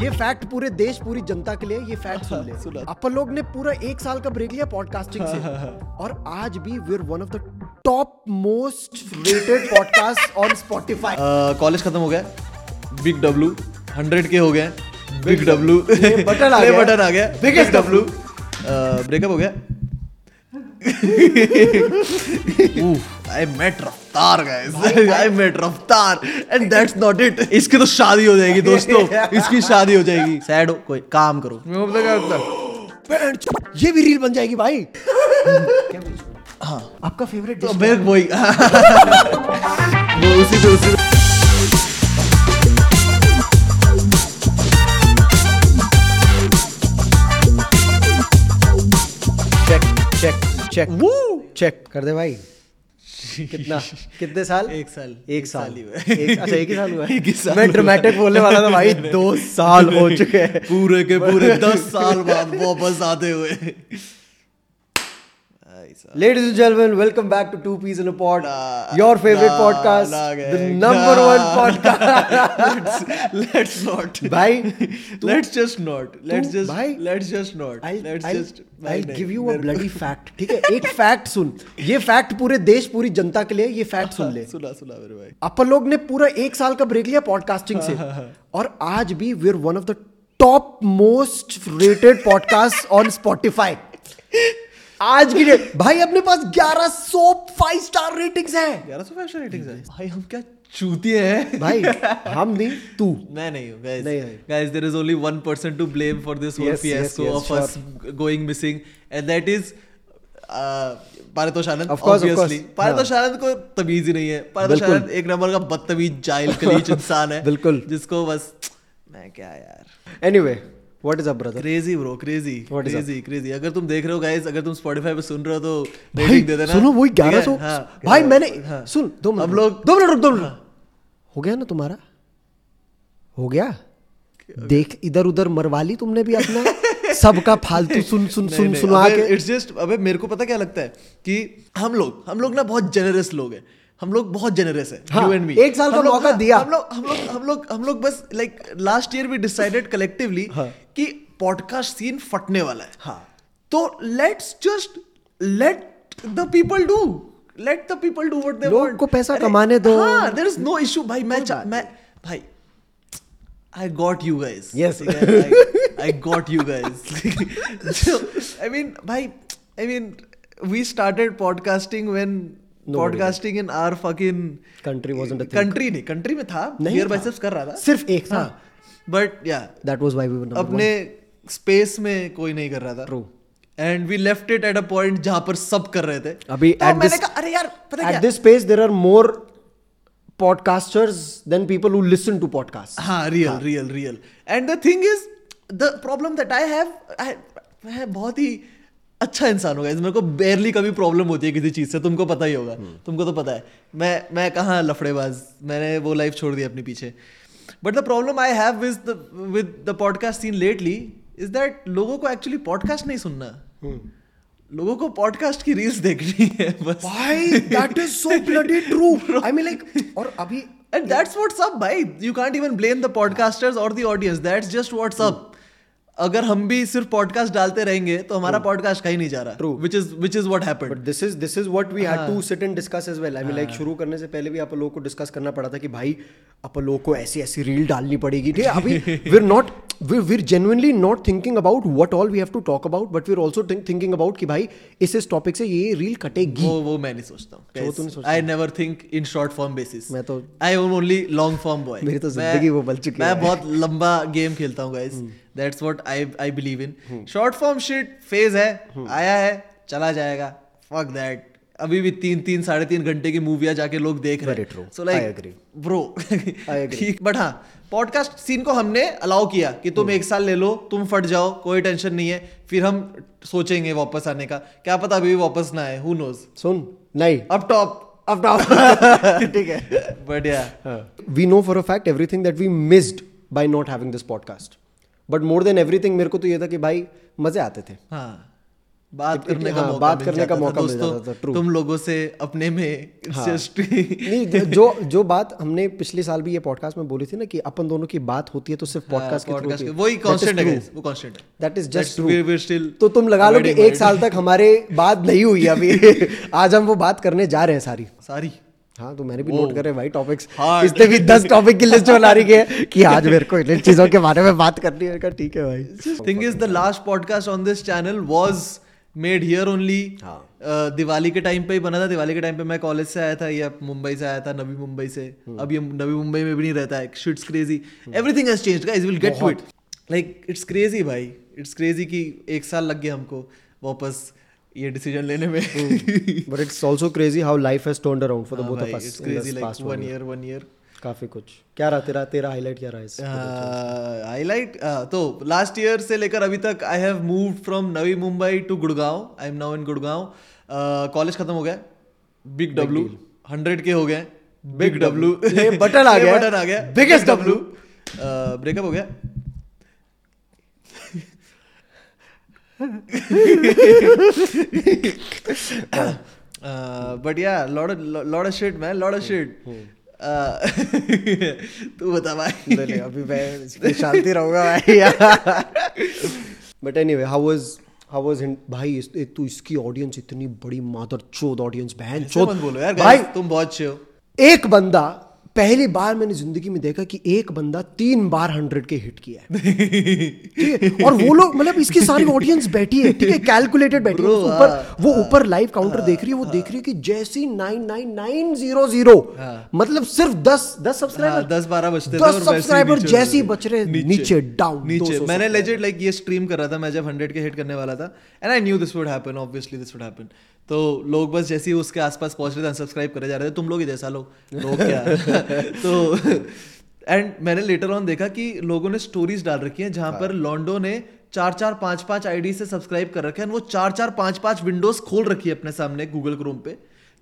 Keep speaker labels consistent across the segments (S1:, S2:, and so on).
S1: ये फैक्ट पूरे देश पूरी जनता के लिए ये फैक्ट सुन ले
S2: सुना।
S1: अपन लोग ने पूरा एक साल का ब्रेक लिया पॉडकास्टिंग
S2: हाँ,
S1: से और आज भी we are one of the top most rated podcast on Spotify
S2: college खत्म हो गया बिग डब्लू हंड्रेड के हो गए बिग डब्लू
S1: ये बटन आ गया।
S2: बटन आ गया
S1: Biggest
S2: डब्लू ब्रेकअप हो गया आई met Raftaar guys I met Raftaar and that's not it इसकी तो शादी हो जाएगी दोस्तों इसकी शादी हो जाएगी सैड हो कोई काम करो
S3: मैं वो पता क्या होता
S1: ये भी रील बन जाएगी भाई क्या बोलूं? आपका फेवरेट
S2: तो
S1: डिश
S2: मेरे वही वो उसी पे उसी पे
S1: चेक चेक चेक वो चेक कर दे भाई कितना कितने साल
S2: एक साल।
S1: एक
S2: एक
S1: साल
S2: साल ही हुआ है।
S1: एक- अच्छा एक ही साल हुआ है
S2: एक ही साल
S1: मैं
S2: हुआ है।
S1: ड्रामेटिक बोलने वाला था भाई दो साल हो चुके हैं
S2: पूरे के पूरे दस साल बाद वापस आते हुए भाई साहब।
S1: Ladies and gentleman welcome back to two peas in a pod
S2: ना,
S1: योर फेवरेट
S2: ना,
S1: पॉडकास्ट
S2: ना
S1: द
S2: गए,
S1: नंबर
S2: ना।
S1: One podcast
S2: let's let's not
S1: भाई
S2: let's just not let's
S1: तू-
S2: just
S1: भाई,
S2: let's just not let's just
S1: I
S2: भाई,
S1: give you a
S2: नहीं,
S1: ब्लडी फैक्ट ठीक है एक फैक्ट सुन ये फैक्ट पूरे देश पूरी जनता के लिए ये फैक्ट सुन ले
S2: सुना सुना मेरे भाई
S1: अपन लोग ने पूरा एक साल का ब्रेक लिया पॉडकास्टिंग से और आज भी we are one of the top most rated podcast on Spotify आज की डेट भाई अपने पास 1100 सौ फाइव स्टार रेटिंग्स हैं
S2: ग्यारह सौ फैशन रेटिंग्स है भाई हम क्या चूतिए हैं
S1: भाई हम नहीं तू
S2: मैं नहीं हूँ guys
S1: नहीं, नहीं।
S2: guys there is only one person to blame for this whole
S1: Yes, yes,
S2: fiasco
S1: yes,
S2: of us going missing and that is uh, Paritosh Anand
S1: Of course, of course,
S2: obviously Paritosh आनंद को तमीज ही नहीं है पारितोष
S1: बिल्कुल।
S2: आनंद एक नंबर का बदतमीज जाहिल कलीच इंसान है
S1: बिल्कुल।
S2: जिसको बस मैं क्या यार
S1: anyway what is up brother
S2: crazy bro crazy
S1: What is up?
S2: Crazy crazy अगर तुम देख रहे हो गाइस अगर तुम Spotify पे सुन रहे हो तो
S1: भाई
S2: रेटिंग दे देना
S1: सुनो वही
S2: ठीक है?
S1: 1100
S2: हाँ।
S1: भाई मैंने
S2: हाँ।
S1: सुन दो मिनट
S2: हम लोग हाँ।
S1: दो मिनट रुक दो मिनट हो गया ना तुम्हारा हो गया देख इधर उधर मरवा ली तुमने भी अपना सबका फालतू सुन सुन सुन सुना के
S2: इट्स जस्ट अबे मेरे को पता क्या लगता है कि हम लोग हम लोग ना बहुत जेनरस लोग हैं हम लोग बहुत जेनरस है
S1: हाँ,
S2: यू एंड मी
S1: एक साल का मौका दिया।
S2: हम लोग हम लोग हम लोग हम लोग बस like last year we decided collectively कि पॉडकास्ट सीन फटने वाला है
S1: हाँ।
S2: तो let's just let the people do let the people do what they
S1: लोग को पैसा कमाने दो।
S2: हां देयर इज नो इशू भाई मैं चा- मैं भाई I got you guys
S1: Yes.
S2: I, I got you guys. so, I mean, bhai, I mean, we started podcasting when
S1: Nobody did.
S2: podcasting in our fucking
S1: Country wasn't a thing.
S2: Country नहीं, country में था.
S1: नहीं
S2: Beer
S1: था।
S2: biceps कर रहा था.
S1: सिर्फ एक था
S2: हाँ. But yeah,
S1: that was why we were
S2: अपने space में कोई नहीं कर रहा था.
S1: True.
S2: And we left it at a point जहाँ पर सब कर रहे थे.
S1: अभी
S2: तो
S1: at
S2: मैंने
S1: this-
S2: कहा अरे यार पता
S1: एट
S2: क्या?
S1: This space there are more podcasters than people who listen to podcast
S2: हाँ real real real and the thing is the problem that I have मैं बहुत ही अच्छा इंसान होगा मेरे को बेरली कभी प्रॉब्लम होती है किसी चीज़ से तुमको पता ही होगा तुमको तो पता है मैं मैं कहाँ लफड़ेबाज मैंने वो लाइफ छोड़ दी अपने पीछे but the problem I have with the with the podcast scene lately is that लोगों को एक्चुअली पॉडकास्ट नहीं सुनना लोगों को पॉडकास्ट की रील्स देखनी है बस
S1: भाई that is so bloody true I mean like और अभी
S2: And that's what's up, bhai. You can't even blame the podcasters or the audience. That's just what's up. अगर हम भी सिर्फ पॉडकास्ट डालते रहेंगे तो हमारा पॉडकास्ट कहीं नहीं जा रहा
S1: True.
S2: Which is which is what happened
S1: but this is this is what we had to sit and discuss as well I mean like शुरू करने से पहले भी आप लोगों को डिस्कस करना पड़ा था कि भाई आप लोगों को ऐसी ऐसी रील डालनी पड़ेगी ठीक है अभी we are not we we are genuinely not thinking about what all we have to talk about but we are also thinking about कि भाई इस इस टॉपिक से ये रील कटेगी
S2: वो वो मैं नहीं सोचता
S1: अच्छा, वो तू नहीं
S2: हूँ
S1: सोचता।
S2: I never think in short form basis
S1: मैं तो-
S2: I am only long form boy
S1: मेरी तो जिंदगी वो बन चुकी है। हम्म।
S2: मैं बहुत लंबा गेम खेलता हूँ guys that's what I I believe in short form shit phase है
S1: हम्म।
S2: आया है चला जाएगा फक दैट अभी भी तीन तीन साढ़े तीन घंटे की मूवियां जाके लोग देख रहे
S1: Very true.
S2: So
S1: I
S2: like
S1: agree.
S2: Bro
S1: I agree.
S2: ठीक बट हाँ पॉडकास्ट सीन को हमने अलाउ किया कि तुम
S1: हम्म।
S2: एक साल ले लो तुम फट जाओ कोई टेंशन नहीं है फिर हम सोचेंगे वापस आने का क्या पता अभी भी वापस ना आए हु नोज
S1: सुन नहीं
S2: up top
S1: अब now. ठीक है
S2: but yeah
S1: we know for a fact everything that we missed by not having this podcast but more than everything मेरे को तो ये था कि भाई मजे आते थे
S2: हाँ बात करने का
S1: हाँ,
S2: मौका
S1: बात
S2: मिल
S1: करने का
S2: जाता था।
S1: मौका मिल
S2: दोस्तों,
S1: जाता था, true. हाँ।
S2: तुम लोगों से अपने में जस्ट
S1: नहीं ज- जो जो बात हमने पिछले साल भी ये पॉडकास्ट में बोली थी ना कि अपन दोनों की बात होती है तो सिर्फ पॉडकास्ट के
S2: पॉडकास्ट
S1: थ्रू
S2: हाँ, वही कांस्टेंट है guys, वो कांस्टेंट है
S1: that is just
S2: That's-
S1: true
S2: we're- we're still
S1: तो तुम लगा लो कि
S2: avoiding
S1: एक साल तक हमारे बात नहीं हुई अभी आज हम वो बात करने जा रहे हैं सारी
S2: सारी
S1: हाँ तो मैंने भी नोट करे भाई टॉपिक्स
S2: Hard.
S1: इसने भी दस टॉपिक की लिस्ट बना रही है कि आज मेरे को इन चीजों के बारे में बात करनी है मैंने कहा, ठीक है भाई
S2: thing is the last podcast on this channel was made here only
S1: हाँ।
S2: Uh, दिवाली के टाइम पे ही बना था दिवाली के टाइम पे मैं कॉलेज से आया था ये अब मुंबई से आया था नवी मुंबई से अब ये नवी मुंबई में भी नहीं रहता है shit's crazy everything has changed guys will get to it like it's crazy भाई इट्स क्रेजी कि एक साल लग गया हमको वापस ये डिसीजन लेने में
S1: but it's also crazy how life has turned around
S2: हाँ
S1: for the both of
S2: it's crazy like
S1: us
S2: one year one year
S1: काफी कुछ क्या रहा तेरा तेरा हाईलाइट क्या रहा इस
S2: Uh, हाईलाइट तो लास्ट ईयर से लेकर अभी तक I have move from Navi Mumbai to Gurgaon I am now in Gurgaon college खत्म हो गया बिग डब्लू हंड्रेड के हो गए बिग डब्लू
S1: ये button आ गया।
S2: बटन आ गया
S1: Biggest
S2: डब्लू ब्रेकअप हो गया बट या lot lot of shit man lot of
S1: Hmm.
S2: Shit Uh, तू बता भाई
S1: ले ले, अभी मैं शांति रहूंगा भाई but anyway how was how was भाई इस, ए, तू इसकी ऑडियंस इतनी बड़ी मादर चोद ऑडियंस बहन
S2: ऐसे
S1: चोद
S2: मत बोलो यार
S1: भाई
S2: भाई तुम बहुत अच्छे हो
S1: एक बंदा पहली बार मैंने जिंदगी में देखा कि एक बंदा तीन बार हंड्रेड के हिट किया है ठीक है? और वो लोग मतलब इसकी सारी ऑडियंस बैठी है ठीक है कैलकुलेटेड बैठी है
S2: Bro,
S1: उसके ऊपर
S2: हाँ,
S1: वो ऊपर लाइव काउंटर देख रही है वो देख रही है कि जैसी nine nine nine zero zero मतलब सिर्फ दस दस
S2: हाँ,
S1: सब्सक्राइबर
S2: दस बारह बजते थे
S1: दस
S2: और वैसे ही
S1: सब्सक्राइबर
S2: नीचे
S1: जैसे ही
S2: हो
S1: बच रहे हैं,
S2: गए।
S1: नीचे, down, 200
S2: नीचे मैंने
S1: subscriber।
S2: लेजिट लाइक ये स्ट्रीम कर रहा था मैं जब हंड्रेड के हिट करने वाला था and I knew this would happen obviously this would happen तो लोग बस जैसे ही उसके आसपास पहुंच रहे थे अनसब्सक्राइब करे जा रहे थे तुम लोग ही जैसा लोग लोग क्या तो एंड मैंने लेटर ऑन देखा कि लोगों ने स्टोरीज डाल रखी हैं जहां पर
S1: हाँ।
S2: लॉन्डो ने चार चार पांच पांच आईडी से सब्सक्राइब कर रखे हैं and वो चार चार पांच पांच विंडोज खोल रखी है अपने सामने गूगल क्रोम पे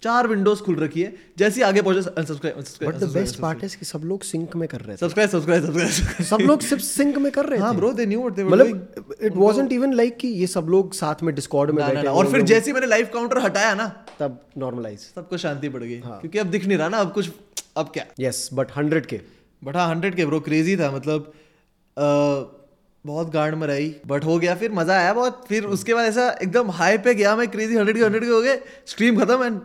S2: चार विंडोज खुल रखी है जैसे ही आगे पहुंचे unsubscribe
S1: but the best
S2: unsubscribe
S1: part is कि सब लोग सिंक में कर रहे थे
S2: सब्सक्राइब सब्सक्राइब सब्सक्राइब
S1: सब लोग सिर्फ सिंक में कर रहे
S2: हाँ
S1: थे
S2: bro they knew what they
S1: मतलब इट वाजंट इवन लाइक कि ये सब लोग साथ में डिस्कॉर्ड में बैठे
S2: और
S1: हुए
S2: फिर
S1: लोग,
S2: जैसे ही मैंने लाइव काउंटर हटाया ना
S1: तब नॉर्मलाइज
S2: सबको शांति पड़ गई क्योंकि अब दिख नहीं रहा ना अब कुछ अब क्या
S1: yes but hundred K
S2: but हाँ हंड्रेड के ब्रो क्रेजी था मतलब अ, बहुत गांड में रही बट हो गया फिर मजा आया बहुत फिर उसके बाद ऐसा एकदम हाई पे गया मैं क्रेजी हंड्रेड के हंड्रेड के हो गए स्ट्रीम खत्म एंड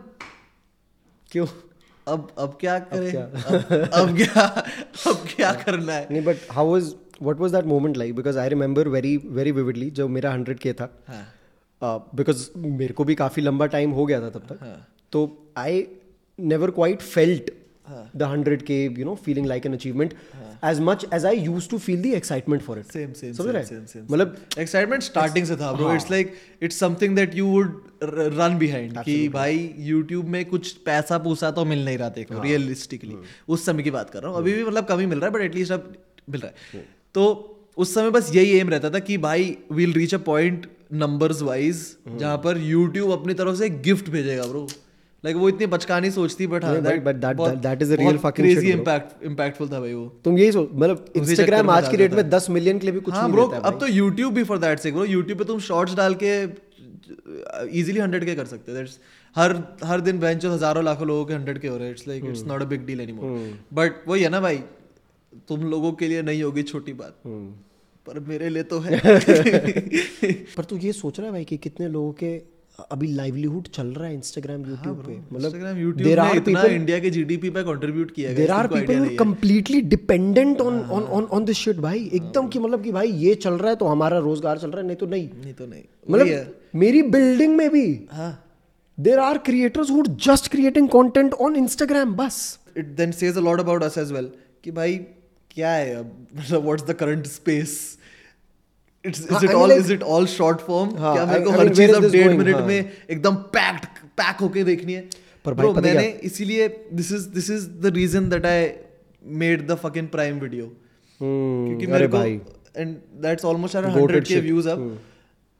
S1: क्यों
S2: अब अब क्या करें अब, अब क्या अब क्या करना है
S1: नहीं but how was what was that moment like because I remember very very vividly जब मेरा हंड्रेड के था
S2: हाँ
S1: बिकॉज मेरे को भी काफ़ी लंबा टाइम हो गया था तब
S2: हाँ।
S1: तक तो आई नेवर क्वाइट फेल्ट
S2: हाँ।
S1: The hundred K you know feeling like an achievement as much as I use to feel the excitement for it
S2: same same
S1: समझ
S2: सेम
S1: रहे
S2: सेम सेम
S1: हैं? मतलब हाँ।
S2: एक्साइटमेंट स्टार्टिंग से था bro it's like it's something that you would run behind कि भाई YouTube में कुछ पैसा पूसा तो मिल नहीं रहा
S1: हाँ।
S2: देखो रियलिस्टिकली उस समय की बात कर रहा हूँ अभी भी मतलब कम ही मिल रहा है बट एटलीस्ट अब मिल रहा
S1: हाँ।
S2: है तो उस समय बस यही एम रहता था कि भाई we'll reach a point numbers wise
S1: हाँ।
S2: जहाँ पर YouTube अपनी तरफ से गिफ्ट भेजेगा ब्रो लाइक वो इतनी बचकानी सोचती हाँ, बट
S1: नहीं, but- but that- that- that is the real fucking shit,
S2: crazy
S1: bro.
S2: Impact impactful था भाई वो
S1: तुम यही सोच मतलब
S2: उसी चक्कर
S1: इंस्टाग्राम
S2: में
S1: आज की
S2: डाल
S1: डेट में दस मिलियन के लिए भी कुछ
S2: हाँ
S1: नहीं
S2: ब्रो
S1: देता है
S2: अब तो यूट्यूब भी फॉर दैट से ब्रो यूट्यूब पे तुम शॉर्ट्स डाल के uh, इजीली हंड्रेड के कर सकते हो दैट्स हर हर दिन बेंच हजारों लाखों लोगों के हंड्रेड के हो रहे हैं इट्स लाइक इट्स
S1: हम्म।
S2: Not a big deal anymore but वही है ना भाई तुम लोगों के लिए नहीं होगी छोटी बात
S1: हम्म।
S2: पर मेरे लिए तो है
S1: पर तू ये सोच रहा है भाई कि कितने लोगों के अभी लाइवलीहुड चल रहा है इंस्टाग्राम यूट्यूब पे
S2: हाँ, Instagram
S1: मतलब
S2: YouTube
S1: देर
S2: ने
S1: आर
S2: इतना
S1: पीपल
S2: इंडिया के जीडीपी पे कंट्रीब्यूट किया
S1: देर आर
S2: तुमको idea
S1: पीपल
S2: नहीं है। हाँ,
S1: completely dependent on on on on this shit भाई एकदम कि मतलब कि भाई ये चल रहा है तो हमारा रोजगार चल रहा है नहीं तो नहीं
S2: नहीं तो नहीं वही है।
S1: मतलब मेरी बिल्डिंग में भी
S2: हाँ
S1: there are creators who just creating content on Instagram बस
S2: it then says a lot about us as well कि भाई क्या है अब मतलब what's the current space it's
S1: हाँ,
S2: is it
S1: I mean
S2: all
S1: like-
S2: is it all short form
S1: हाँ,
S2: क्या मेरे
S1: I-
S2: को
S1: I
S2: हर
S1: mean,
S2: चीज
S1: where is
S2: अब
S1: this
S2: डेढ़
S1: going?
S2: मिनट
S1: हाँ।
S2: में एकदम पैक्ड पैक होके देखनी है
S1: पर भाई
S2: Bro,
S1: पता है
S2: मैंने इसीलिए this is this is the reason that I made the fucking prime video क्योंकि
S1: क्योंकि
S2: मेरे
S1: हम्म, अरे
S2: को
S1: भाई
S2: and that's almost are
S1: Goated
S2: 100 K
S1: shit. Hmm.
S2: Views अब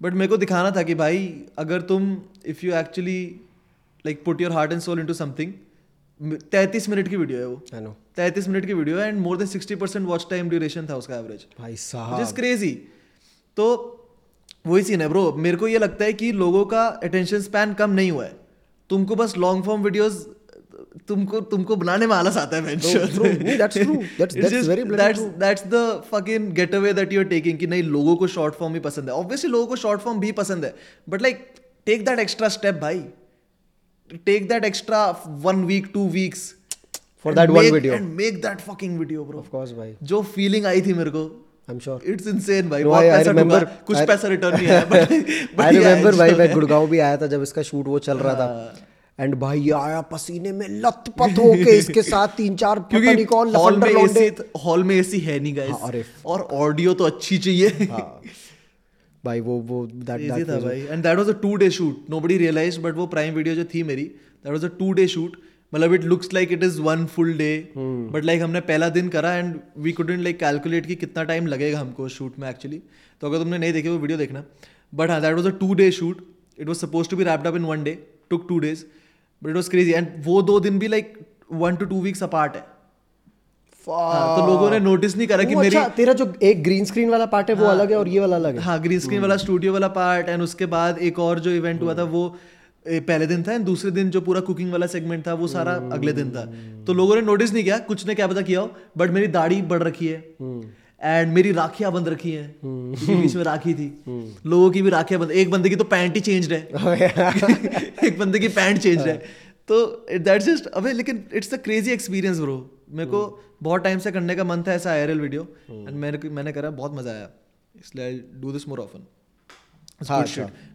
S2: बट मेरे को दिखाना था कि भाई अगर तुम if you actually like put your heart and soul into something 33 minute की वीडियो है वो
S1: आई नो
S2: 33 मिनट की वीडियो है एंड मोर देन
S1: हाँ।
S2: 60% वॉच टाइम ड्यूरेशन था उसका एवरेज
S1: भाई
S2: विच इज
S1: साहब
S2: क्रेजी तो वही सीन है ब्रो मेरे को ये लगता है कि लोगों का अटेंशन स्पैन कम नहीं हुआ है तुमको बस लॉन्ग फॉर्म वीडियोस तुमको तुमको बनाने में आलस आता है
S1: True, true. नहीं, that's true. That's- that's very bloody true.
S2: That's the fucking get away that you are taking कि नहीं लोगों को शॉर्ट फॉर्म ही पसंद है ऑब्वियसली लोगों को शॉर्ट फॉर्म भी पसंद है but like take that extra step भाई take that extra one week two weeks
S1: For that one video.
S2: And make that fucking video bro
S1: of course भाई
S2: जो फीलिंग आई थी मेरे को
S1: I am sure
S2: it's insane भाई
S1: No,
S2: बहुत
S1: I- I
S2: पैसा
S1: remember-
S2: डूबा, कुछ
S1: I-
S2: पैसा रिटर्न नहीं आया but- but
S1: I
S2: yeah,
S1: remember
S2: it's
S1: भाई
S2: fun.
S1: मैं गुड़गांव भी आया था जब इसका शूट वो चल रहा
S2: हाँ।
S1: था एंड भाई ये आया पसीने में लथपथ होके इसके साथ तीन चार पता नहीं कौन
S2: क्योंकि हॉल में
S1: लफंडर लौंडे
S2: एसी हॉल में एसी है नहीं गाइस
S1: हाँ, अरे। हाँ।
S2: और ऑडियो तो अच्छी चाहिए
S1: भाई वो वो दैट
S2: Crazy
S1: दैट
S2: था भाई and that was a two day shoot nobody realise but वो प्राइम वीडियो जो थी मेरी that was a two day shoot मतलब it looks like it is one full day but like हमने पहला दिन करा and we couldn't like calculate कि कितना टाइम लगेगा हमको शूट में एक्चुअली तो अगर तुमने नहीं देखी वो वीडियो देखना बट हाँ that was a two day shoot it was suppose to be wrapped up in one day took two days but it was crazy and वो दो दिन भी like one two two weeks apart है हाँ, तो लोगों ने नोटिस नहीं करा कि मेरी
S1: अच्छा तेरा जो एक ग्रीन स्क्रीन वाला पार्ट है वो अलग है और ये वाला अलग है हम्म।
S2: हाँ ग्रीन स्क्रीन वाला स्टूडियो वाला पार्ट एंड उसके बाद एक और जो इवेंट हुआ था वो ए, पहले दिन था एंड दूसरे दिन जो पूरा कुकिंग वाला सेगमेंट था वो सारा अगले दिन था
S1: हम्म।
S2: तो लोगों ने नोटिस नहीं किया कुछ ने क्या पता किया हो बट मेरी दाढ़ी बढ़ रखी है
S1: हम्म।
S2: एंड मेरी राखियां बंद रखी हैं क्योंकि बीच में राखी थी
S1: हम्म।
S2: लोगों की भी राखियां बंद एक बंदे की तो पैंट ही चेंज है एक बंदे की पैंट चेंज है
S1: हाँ।
S2: तो दैट्स जस्ट अबे लेकिन it's a crazy experience bro मेरे को
S1: हम्म।
S2: बहुत टाइम से करने का मन था ऐसा आईआरएल वीडियो एंड मैंने मैंने करा बहुत मजा आया इसलिए I do this more often
S1: हाँ,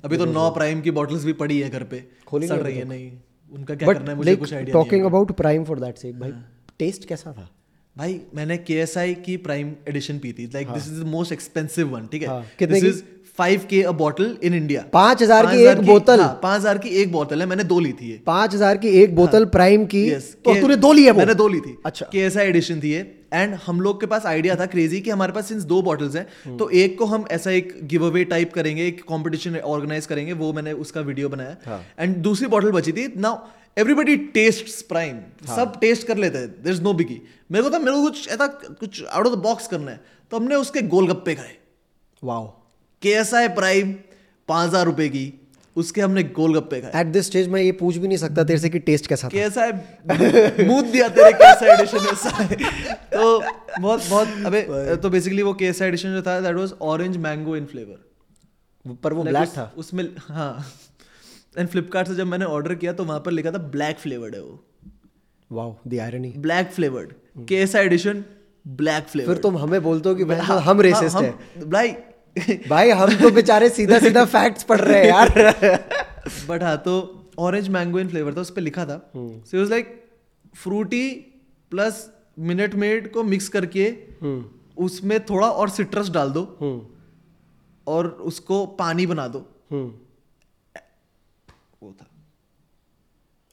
S2: अभी तो नौ प्राइम की बॉटल्स भी पड़ी है घर पे
S1: खोली
S2: सड़
S1: नहीं
S2: रही है नहीं उनका क्या करना है हाँ।
S1: बट
S2: मुझे कुछ
S1: like
S2: idea
S1: talking about prime for that sake भाई टेस्ट कैसा था
S2: भाई मैंने के की प्राइम एडिशन पी थी like this is the most expensive one ठीक
S1: हाँ,
S2: है
S1: कितने
S2: this is five K a bottle in India
S1: 5000 की एक बोतल।
S2: हाँ, पाँच हजार की एक बोतल है मैंने दो ली थी ये
S1: पांच हजार की एक बोतल प्राइम की
S2: हाँ। Yes,
S1: तो
S2: के-
S1: तूने दो ली है वो
S2: मैंने दो ली थी
S1: अच्छा।
S2: के एस एडिशन थी एंड हम लोग के पास आइडिया था क्रेजी कि हमारे पास सिंस दो बॉटल्स
S1: हम्म।
S2: हैं तो एक को हम ऐसा एक गिव अवे टाइप करेंगे एक कंपटीशन ऑर्गेनाइज करेंगे वो मैंने उसका वीडियो
S1: हाँ।
S2: बनाया एंड दूसरी बॉटल बची थी नाउ एवरीबडी टेस्ट प्राइम
S1: हाँ।
S2: सब टेस्ट कर लेते हैं देर इज नो बिगी मेरे को था मेरे को कुछ ऐसा कुछ आउट ऑफ द बॉक्स करना है तो हमने उसके गोलगप्पे खाए
S1: wow
S2: K S I prime पाँच हजार रुपए की उसके हमने गोलगप्पे खाए
S1: एट दिस स्टेज मैं ये पूछ भी नहीं सकता तेरे से कि टेस्ट कैसा था
S2: कैसा है मूड दिया तेरे कैसा एडिशन ऐसा है तो बहुत बहुत अबे तो बेसिकली वो कैसा एडिशन जो था that was orange mango in flavour
S1: पर वो ब्लैक था
S2: उसमें हाँ एंड फ्लिपकार्ट से जब मैंने ऑर्डर किया तो वहां पर लिखा था ब्लैक फ्लेवर्ड है वो
S1: wow the irony
S2: black flavoured कैसा एडिशन ब्लैक
S1: फिर
S2: फ्लेवर
S1: तुम हमें बोलते हो कि भाई
S2: हाँ,
S1: साहब, हम रेसिस्ट हैं
S2: भाई
S1: भाई हम तो बेचारे सीधा सीधा फैक्ट्स पढ़ रहे हैं यार
S2: बट हाँ तो ऑरेंज मैंगो इन फ्लेवर था उस पर लिखा था
S1: हम्म।
S2: So was like Frooti plus Minute Maid को मिक्स करके उसमें थोड़ा और सिट्रस डाल दो और उसको पानी बना दो वो था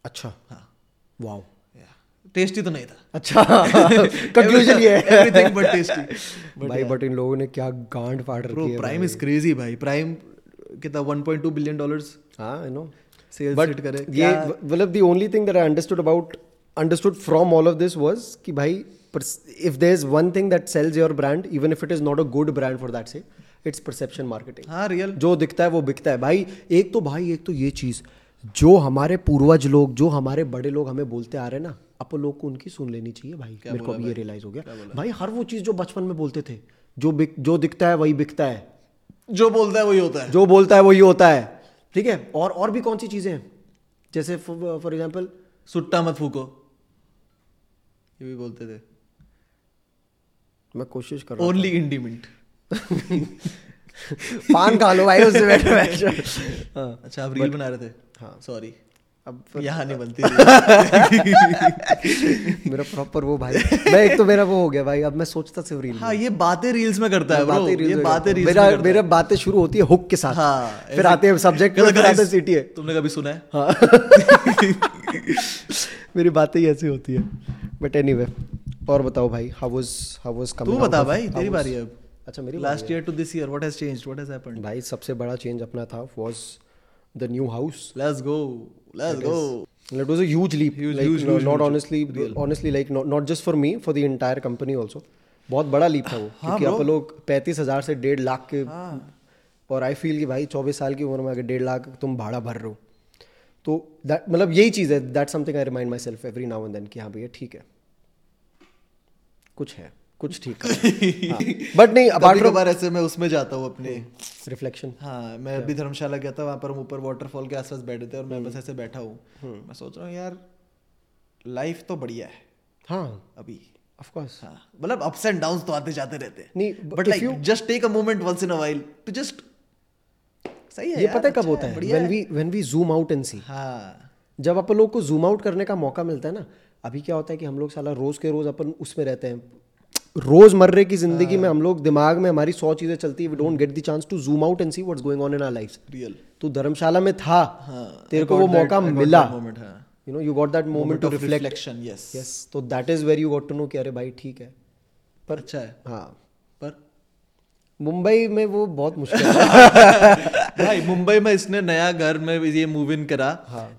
S1: अच्छा
S2: हाँ
S1: वाओ
S2: टेस्टी तो नहीं था
S1: अच्छा कंक्लूजन ये है
S2: एवरीथिंग बट टेस्टी
S1: भाई बट इन लोगों ने क्या गांड फाड़
S2: ब्रो
S1: रखी है
S2: प्राइम इज क्रेजी भाई प्राइम कितना 1.2 बिलियन डॉलर्स
S1: हाँ I know
S2: sales
S1: but
S2: hit करे
S1: ये मतलब the only thing that I understood about understood from all of this was कि भाई if there is one thing that sells your brand even if it is not a good brand for that से it's perception marketing
S2: हाँ real
S1: जो दिखता है वो बिकता है भाई एक तो भाई एक तो ये चीज जो हमारे पूर्वज लोग जो हमारे बड़े लोग हमें बोलते आ रहे हैं ना अपन लोग को उनकी सुन लेनी चाहिए भाई मेरे को अभी ये रियलाइज हो गया भाई हर वो चीज जो बचपन में बोलते थे जो बिक जो दिखता है वही बिकता है
S2: जो बोलता है वही होता है
S1: जो बोलता है वही होता है ठीक है और और भी कौन सी चीजें हैं जैसे फॉर एग्जाम्पल
S2: सुट्टा मत फूको ये भी बोलते थे
S1: मैं कोशिश कर रहा
S2: ओनली इंडी मिंट
S1: हूँ पान खा लो भाई उससे बैठ बैठ हाँ।
S2: अच्छा आप रील बना रहे थे
S1: हाँ।
S2: सॉरी
S1: अब
S2: यहाँ नहीं बनती reel।
S1: मेरा प्रॉपर वो भाई मैं एक तो मेरा वो हो गया भाई अब मैं सोचता सिर्फ रील
S2: हाँ ये बातें रील्स में करता है bro,
S1: बातें reels
S2: ये
S1: में
S2: बातें
S1: करता हूँ।
S2: reels
S1: मेरा
S2: में करता
S1: मेरा बातें शुरू होती है हुक के
S2: है।
S1: साथ
S2: हाँ
S1: फिर आते हैं सब्जेक्ट
S2: Guys,
S1: पर फिर आते हैं सीटी है
S2: तुमने कभी सुना है
S1: हाँ। मेरी बातें ही ऐसी होती है बट एनीवे और बताओ भाई हाउ वाज हाउ वाज
S2: तू
S1: कमिंग
S2: बता भाई तेरी बारी है अब
S1: अच्छा मेरी बात
S2: last year to this year what has changed what has happened
S1: भाई सबसे बड़ा चेंज अपना था was the new house
S2: let's go let's go
S1: It was a huge leap.
S2: Huge,
S1: like,
S2: huge,
S1: no,
S2: huge,
S1: not
S2: huge.
S1: honestly, honestly, like not, not just for me, for the entire
S2: हाँ,
S1: company also. बहुत बड़ा leap था वो क्योंकि आप लोग पैंतीस हजार से डेढ़ लाख के और आई फील कि भाई चौबीस साल की उम्र में अगर डेढ़ लाख तुम भाड़ा भर रहे हो तो that- मतलब यही चीज़ है that something I remind myself every now and then कि हाँ भैया ठीक है कुछ है कुछ ठीक है बट हाँ, नहीं हम्म। अपार्ट
S2: कभी
S1: फ्रॉम
S2: कभार ऐसे मैं उसमें जाता हूँ अपने
S1: रिफ्लेक्शन
S2: हाँ मैं अभी धर्मशाला गया था वहां पर हम ऊपर वाटरफॉल के आसपास बैठे थे और
S1: हम्म।
S2: मैं बस ऐसे बैठा हूँ मैं सोच रहा हूँ यार लाइफ तो बढ़िया है
S1: हाँ
S2: अभी
S1: ऑफ कोर्स
S2: हाँ मतलब अप्स एंड डाउन तो आते जाते रहते हैं
S1: नहीं, but
S2: but
S1: if
S2: like just take a moment once in a while to just सही है
S1: ये
S2: यार,
S1: पता है कब
S2: अच्छा
S1: होता है
S2: बढ़िया
S1: when we when we zoom out and see
S2: हाँ
S1: जब अपन लोग को जूम आउट करने का मौका मिलता है ना अभी क्या होता है कि हम लोग साला रोज के रोज अपन उसमें रहते हैं रोजमर्रे की जिंदगी
S2: हाँ।
S1: में हम लोग दिमाग में हमारी सौ चीजें चलती है we don't get the chance to zoom out and see what's going on in our life
S2: real
S1: तू धर्मशाला में था
S2: हाँ,
S1: तेरे को वो मौका मिला
S2: मोमेंट हाँ
S1: you know you got that moment to reflect
S2: reflection yes
S1: yes तो that is where you got to know कि अरे भाई ठीक है
S2: पर अच्छा है
S1: हाँ
S2: पर
S1: मुंबई में वो बहुत मुश्किल है
S2: भाई मुंबई में इसने नया घर में ये मूव इन करा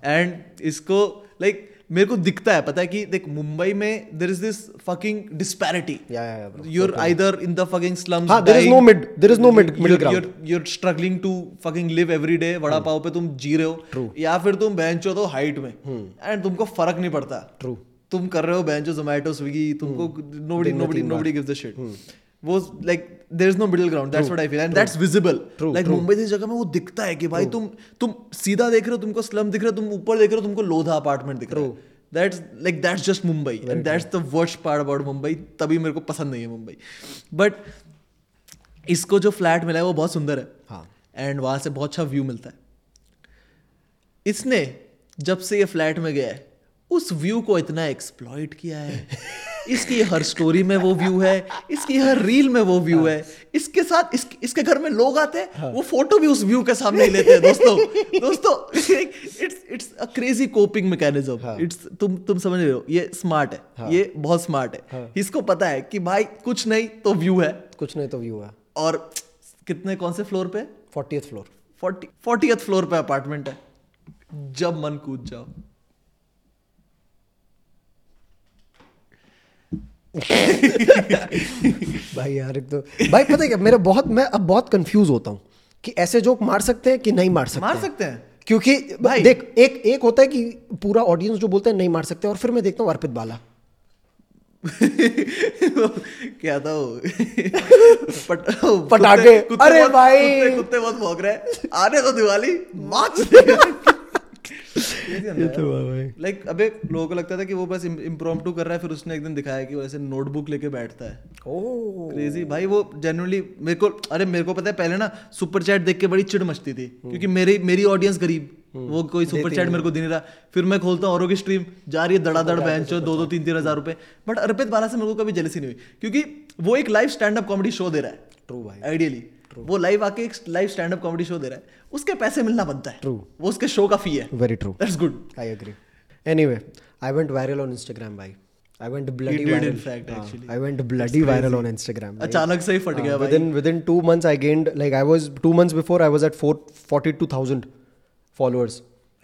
S2: एंड इसको लाइक मेरे को दिखता है पता है कि देख मुंबई में there is this fucking disparity
S1: या या bro
S2: you're either in the fucking slums
S1: हाँ, there is
S2: dying-
S1: no mid- there is no mid- middle
S2: You're-
S1: ground.
S2: you're, you're struggling to fucking live every day vada pav पे तुम जी रहे हो या फिर तुम बहन हो हाइट में एंड तुमको फर्क नहीं पड़ता
S1: True.
S2: तुम कर रहे हो बहन चो जोमेटो स्विगी तुमको nobody nobody nobody gives a shit वो like there is no middle ground that's what I feel and that's visible like Mumbai जैसी जगह में वो दिखता है कि भाई तुम तुम सीधा देख रहे हो तुमको स्लम दिख रहा है तुम ऊपर देख रहे हो तुमको लोधा अपार्टमेंट दिख रहा है that's like that's just Mumbai and that's the worst part about Mumbai तभी मेरे को पसंद नहीं है मुंबई बट इसको जो फ्लैट मिला है वो बहुत सुंदर है
S1: हाँ।
S2: एंड वहाँ से बहुत अच्छा व्यू मिलता है इसने जब से ये फ्लैट में गया है उस व्यू को इतना एक्सप्लॉइट किया है इसकी हर स्टोरी में वो व्यू है इसकी हर रील में वो व्यू है इसके साथ इस, इसके घर में लोग आते हैं वो फोटो भी उस व्यू के सामने ही लेते हैं दोस्तों दोस्तों it's it's a crazy coping mechanism it's तुम तुम समझ रहे हो ये स्मार्ट है ये बहुत स्मार्ट है इसको पता है कि भाई कुछ नहीं तो व्यू है
S1: कुछ नहीं तो व्यू है
S2: और कितने कौन से फ्लोर पे
S1: fortieth floor
S2: forty fortieth floor पे अपार्टमेंट है जब मन कूद जाओ
S1: भाई यार एक तो भाई पता है क्या मेरा बहुत मैं अब बहुत कंफ्यूज होता हूँ कि ऐसे जोक मार सकते हैं कि नहीं मार सकते
S2: मार
S1: हैं।
S2: सकते हैं
S1: क्योंकि
S2: भाई-
S1: देख एक एक होता है कि पूरा ऑडियंस जो बोलता है नहीं मार सकते और फिर मैं देखता हूँ अर्पित बाला
S2: क्या था वो पट,
S1: पटाखे।
S2: कुत्ते- कुत्ते
S1: अरे
S2: बहुत-
S1: भाई।
S2: कुत्ते, कुत्ते बहुत भौंक रहे हैं आने दो दिवाली मार्च लाइक अबे लोगों को लगता था कि वो बस इम्प्रोम्प्टू कर रहा है फिर उसने एक दिन दिखाया कि वो ऐसे नोटबुक लेके बैठता है
S1: ओ
S2: क्रेजी भाई वो जनरली मेरे को अरे मेरे को पता है पहले ना सुपर चैट देख के बड़ी चिढ़ मचती थी
S1: हम्म।
S2: क्योंकि मेरी मेरी ऑडियंस गरीब वो कोई सुपर चैट मेरे को दे नहीं रहा फिर मैं खोलता हूँ औरों की स्ट्रीम जा रही है धड़ाधड़ बहन चो दो दो तीन तीन हजार रुपए बट अर्पित बाला से मेरे को कभी जेलसी नहीं हुई क्योंकि वो एक live stand up comedy show दे रहा
S1: ट्रू भाई
S2: है आइडियली वो लाइव आके एक live stand up comedy show दे रहा है उसके पैसे मिलना बनता है
S1: True.
S2: वो उसके शो का फी है
S1: very true
S2: that's good
S1: I agree anyway I went viral on Instagram भाई I went bloody
S2: did in fact,
S1: viral
S2: actually.
S1: I went bloody viral on Instagram
S2: अचानक से ही
S1: हाँ,
S2: फट गया भाई
S1: within within two months i gained like i was two months before i was at 4 42000 followers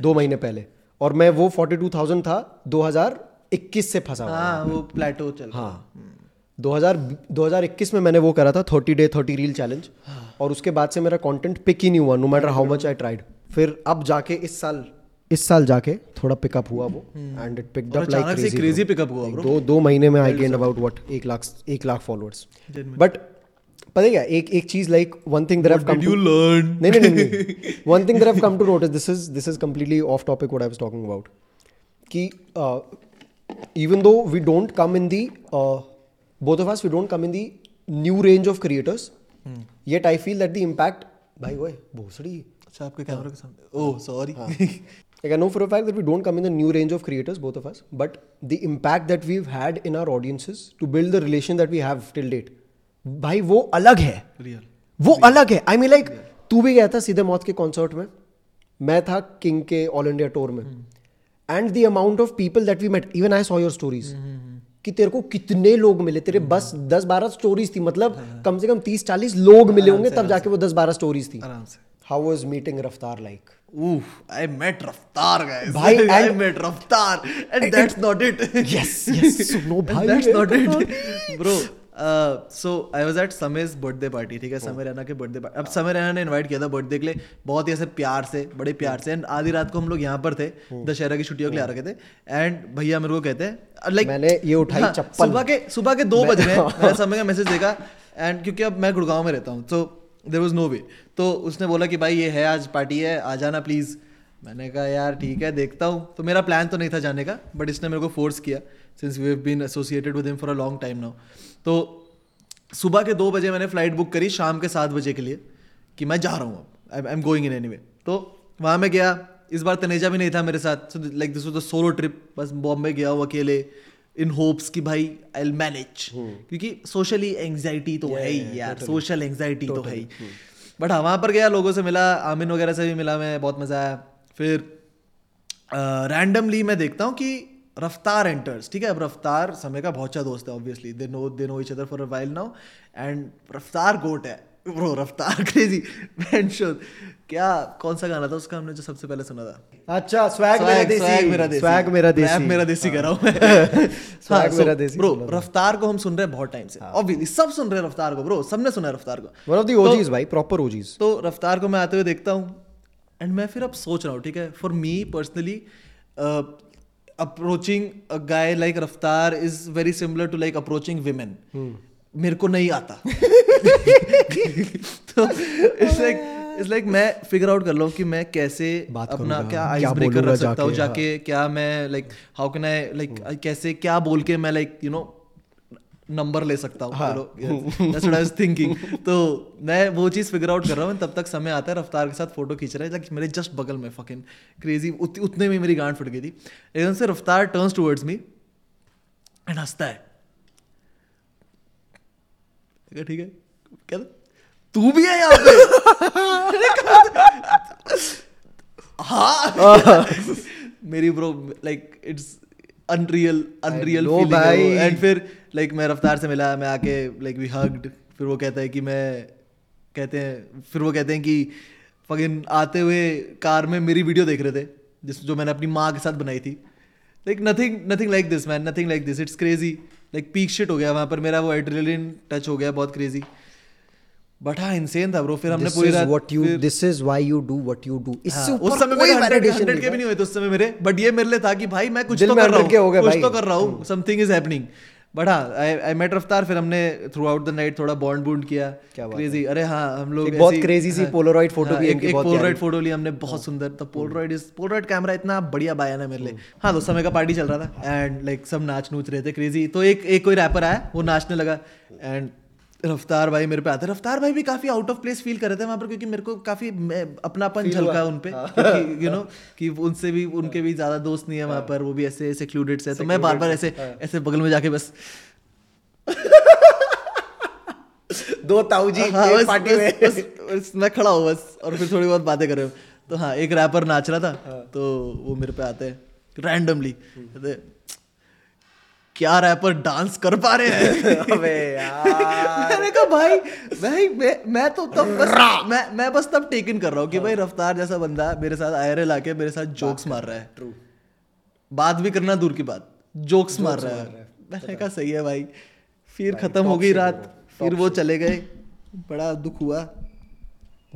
S1: दो महीने पहले और मैं वो 42000 था 2021 से फंसा हुआ
S2: हाँ वो प्लेटो चल रहा है।
S1: हाँ 2000 2021 में मैंने वो करा था 30 डे 30 रील चैलेंज
S2: हाँ।
S1: और उसके बाद से मेरा कंटेंट पिक ही नहीं हुआ no matter how much I tried फिर अब जाके इस साल इस साल जाके थोड़ा पिकअप हुआ वो एंड इट पिक्ड
S2: हम्म। और
S1: अप लाइक
S2: अचानक से क्रेजी पिकअप हुआ ब्रो
S1: दो दो महीने में आई गेंड अबाउट व्हाट एक लाख एक लाख फॉलोअर्स बट पता है क्या एक एक चीज like one thing that I have come
S2: did you learn
S1: नहीं नहीं नहीं one thing that I have come to notice this is this is completely off topic what I was talking about uh, कि even though we don't come in the both of us we don't come in the new range of creators yet I feel that the impact भाई ओए भोसड़ी
S2: अच्छा आपके
S1: हाँ।
S2: Camera के सामने oh sorry
S1: Like I know for a fact that we don't come in the new range of creators, both of us, but the impact that we've had in our audiences to build the relation that we have till date, भाई वो अलग है
S2: real
S1: वो अलग है I mean like तू भी गया था सीधे मौत के कॉन्सर्ट में मैं था किंग के ऑल इंडिया टूर में and the amount of people that we met even I saw your stories कि तेरे को कितने लोग मिले तेरे बस दस बारह स्टोरीज थी मतलब कम से कम तीस चालीस लोग मिले होंगे तब जाके वो दस बारह स्टोरीज थी
S2: आराम से
S1: how was meeting Raftaar like
S2: Oof, I met Raftar, guys.
S1: भाई,
S2: I
S1: and-
S2: met Raftar, and that's not it.
S1: Yes, yes, सुनो
S2: And
S1: भाई,
S2: that's
S1: ये
S2: not
S1: तो
S2: it, bro. uh, so I was at Samay's birthday party ठीक है समय रैना के birthday party अब समय रैना ने इनवाइट किया था बर्थडे के लिए बहुत ही ऐसे प्यार से बड़े प्यार से एंड आधी रात को हम लोग यहाँ पर थे दशहरा की छुट्टियों के लिए आ रखे थे एंड भैया मेरे को कहते हैं लाइक
S1: मैंने ये उठाई चप्पल।
S2: हाँ, सुबह के सुबह के दो बज रहे हैं मैंने समय का मैसेज देखा एंड क्योंकि अब मैं गुड़गांव में रहता हूँ तो देर वॉज नो वे तो उसने बोला कि भाई ये है आज पार्टी है आ जाना प्लीज़ मैंने कहा यार ठीक है देखता हूँ तो मेरा प्लान तो नहीं था जाने का बट इसने मेरे को फोर्स किया since we have been associated with him for a long time now तो सुबह के दो बजे मैंने फ़्लाइट बुक करी शाम के सात बजे के लिए कि मैं जा रहा हूँ अब I am going in anyway तो वहाँ मैं गया इस बार तनेजा भी नहीं था मेरे साथ like this was a solo trip बस बॉम्बे गया हूँ अकेले इन होप्स कि भाई आई विल मैनेज क्योंकि सोशली एंग्जाइटी तो है ही यार सोशल एंग्जाइटी तो है ही बट हाँ वहाँ पर गया लोगों से मिला आमिन वगैरह से भी मिला मैं बहुत मज़ा आया फिर रैंडमली मैं देखता हूँ कि रफ्तार एंटर्स ठीक है अब रफ्तार समय का बहुत अच्छा दोस्त है obviously they know they know each other for a while now and Raftaar goat है ब्रो रफ्तार क्रेजी क्या कौन सा गाना था उसका हमने जो सबसे पहले सुना था
S1: अच्छा स्वैग मेरा देसी
S2: स्वैग मेरा देसी
S1: स्वैग मेरा देसी
S2: रैप मेरा देसी कर रहा हूं मैं
S1: स्वैग मेरा देसी हाँ।
S2: ब्रो
S1: सुना
S2: रफ्तार को हम सुन रहे हैं बहुत टाइम से ऑब्वियसली सब सुन रहे हैं रफ्तार को ब्रो सबने सुना है रफ्तार को
S1: वन ऑफ द ओजीज भाई प्रॉपर ओजीज
S2: तो रफ्तार को मैं आते हुए देखता हूँ एंड मैं फिर अब सोच रहा हूँ ठीक है for me personally uh, approaching a guy like Raftaar is very similar to like approaching women मेरे को नहीं आता तो इट्स लाइक इट्स लाइक मैं फिगर आउट कर लूँ कि मैं कैसे
S1: बात
S2: अपना
S1: करूंगा,
S2: क्या
S1: क्या
S2: आइस ब्रेकर
S1: बोलूंगा
S2: रख सकता हूँ
S1: जाके, हाँ। हम्म।
S2: जाके क्या मैं like how can I like कैसे क्या बोल के मैं लाइक यू नो नंबर ले सकता हूँ
S1: हाँ।
S2: That's what I was thinking तो मैं वो चीज़ फिगर आउट कर रहा हूँ तब तक समय आता है रफ्तार के साथ फोटो खींच रहा है लाइक मेरे जस्ट बगल में फकिंग क्रेजी उत, उतने में ही मेरी गांड फट गई थी एकदम से Raftaar turns towards me and हंसता है मैंने कहा, ठीक है क्या तू भी है यहाँ पे मैंने कहा, हाँ मेरी bro like it's unreal unreal
S1: know, भाई।
S2: एंड फिर लाइक मैं रफ्तार से मिला मैं आके लाइक वी हग्ड फिर वो कहता है कि मैं कहते हैं फिर वो कहते हैं कि फगिन आते हुए कार में मेरी वीडियो देख रहे थे जिस जो मैंने अपनी माँ के साथ बनाई थी like nothing nothing like this man nothing like this it's crazy like peak shit हो गया वहाँ पर मेरा वो एड्रेलिन टच हो गया बहुत क्रेजी बट हाँ इंसेन था ब्रो फिर हमने
S1: दिस
S2: पूरी
S1: इज
S2: रात
S1: what you this is why you do what you do इससे
S2: हाँ, उस
S1: ऊपर
S2: समय
S1: कोई
S2: मेरे 100
S1: validation
S2: 100 के भी नहीं हुए थे उस समय मेरे बट ये मेरे लिए था कि भाई मैं कुछ
S1: दिल
S2: तो
S1: में
S2: कर रहा
S1: 100 के हो
S2: हूँ
S1: गए
S2: कुछ
S1: भाई। हाँ।
S2: तो कर रहा हूँ समथिंग इज हैपनिंग बट हाँ आई आई मेट रफ्तार फिर हमने थ्रू आउट द नाइट थोड़ा बॉन्ड बूंड किया
S1: क्या बात
S2: क्रेजी अरे हाँ हम लोग
S1: एक बहुत
S2: ऐसी-
S1: crazy सी
S2: हाँ,
S1: Polaroid photo
S2: हाँ,
S1: भी
S2: एक,
S1: इनकी
S2: एक
S1: बहुत
S2: पोलराइड
S1: प्यारी।
S2: फोटो ली हमने बहुत सुंदर तो पोलराइड इज पोलराइड कैमरा इतना बढ़िया बाया ना मेरे लिए हाँ तो उस समय का पार्टी चल रहा था एंड लाइक सब नाच नूच रहे थे क्रेजी तो एक एक कोई रैपर आया वो नाचने लगा एंड रफ्तार भाई मेरे पे आते रफ्तार भाई भी काफी आउट ऑफ प्लेस फील कर रहे थे वहां पर क्योंकि मेरे को काफी मैं- अपनापन झलका उन पे क्योंकि यू नो कि उनसे भी उनके भी ज्यादा दोस्त नहीं है वहां पर वो भी ऐसे ऐसे क्लूडेड से तो मैं बार बार ऐसे ऐसे बगल में जाके बस
S1: दो ताऊ जी
S2: हाँ,
S1: एक
S2: बस-
S1: पार्टी
S2: बस-
S1: में
S2: बस- बस मैं खड़ा हूँ बस और फिर थोड़ी बहुत बातें कर रहे हो तो हाँ एक रैपर नाच रहा था तो वो मेरे पे आते हैं रैंडमली कहते क्या रैपर डांस कर पा रहे हैं
S1: अबे यार
S2: मैंने कहा भाई भाई मैं मैं तो तब बस मैं मैं बस तब टेकन कर रहा हूँ कि भाई रफ्तार जैसा बंदा मेरे साथ आयरल आके मेरे साथ जोक्स मार हाँ। रहा है
S1: ट्रू
S2: बात भी करना दूर की बात जोक्स मार रहा है मैंने कहा सही है भाई फिर खत्म हो गई रात फिर वो चले गए बड़ा दुख हुआ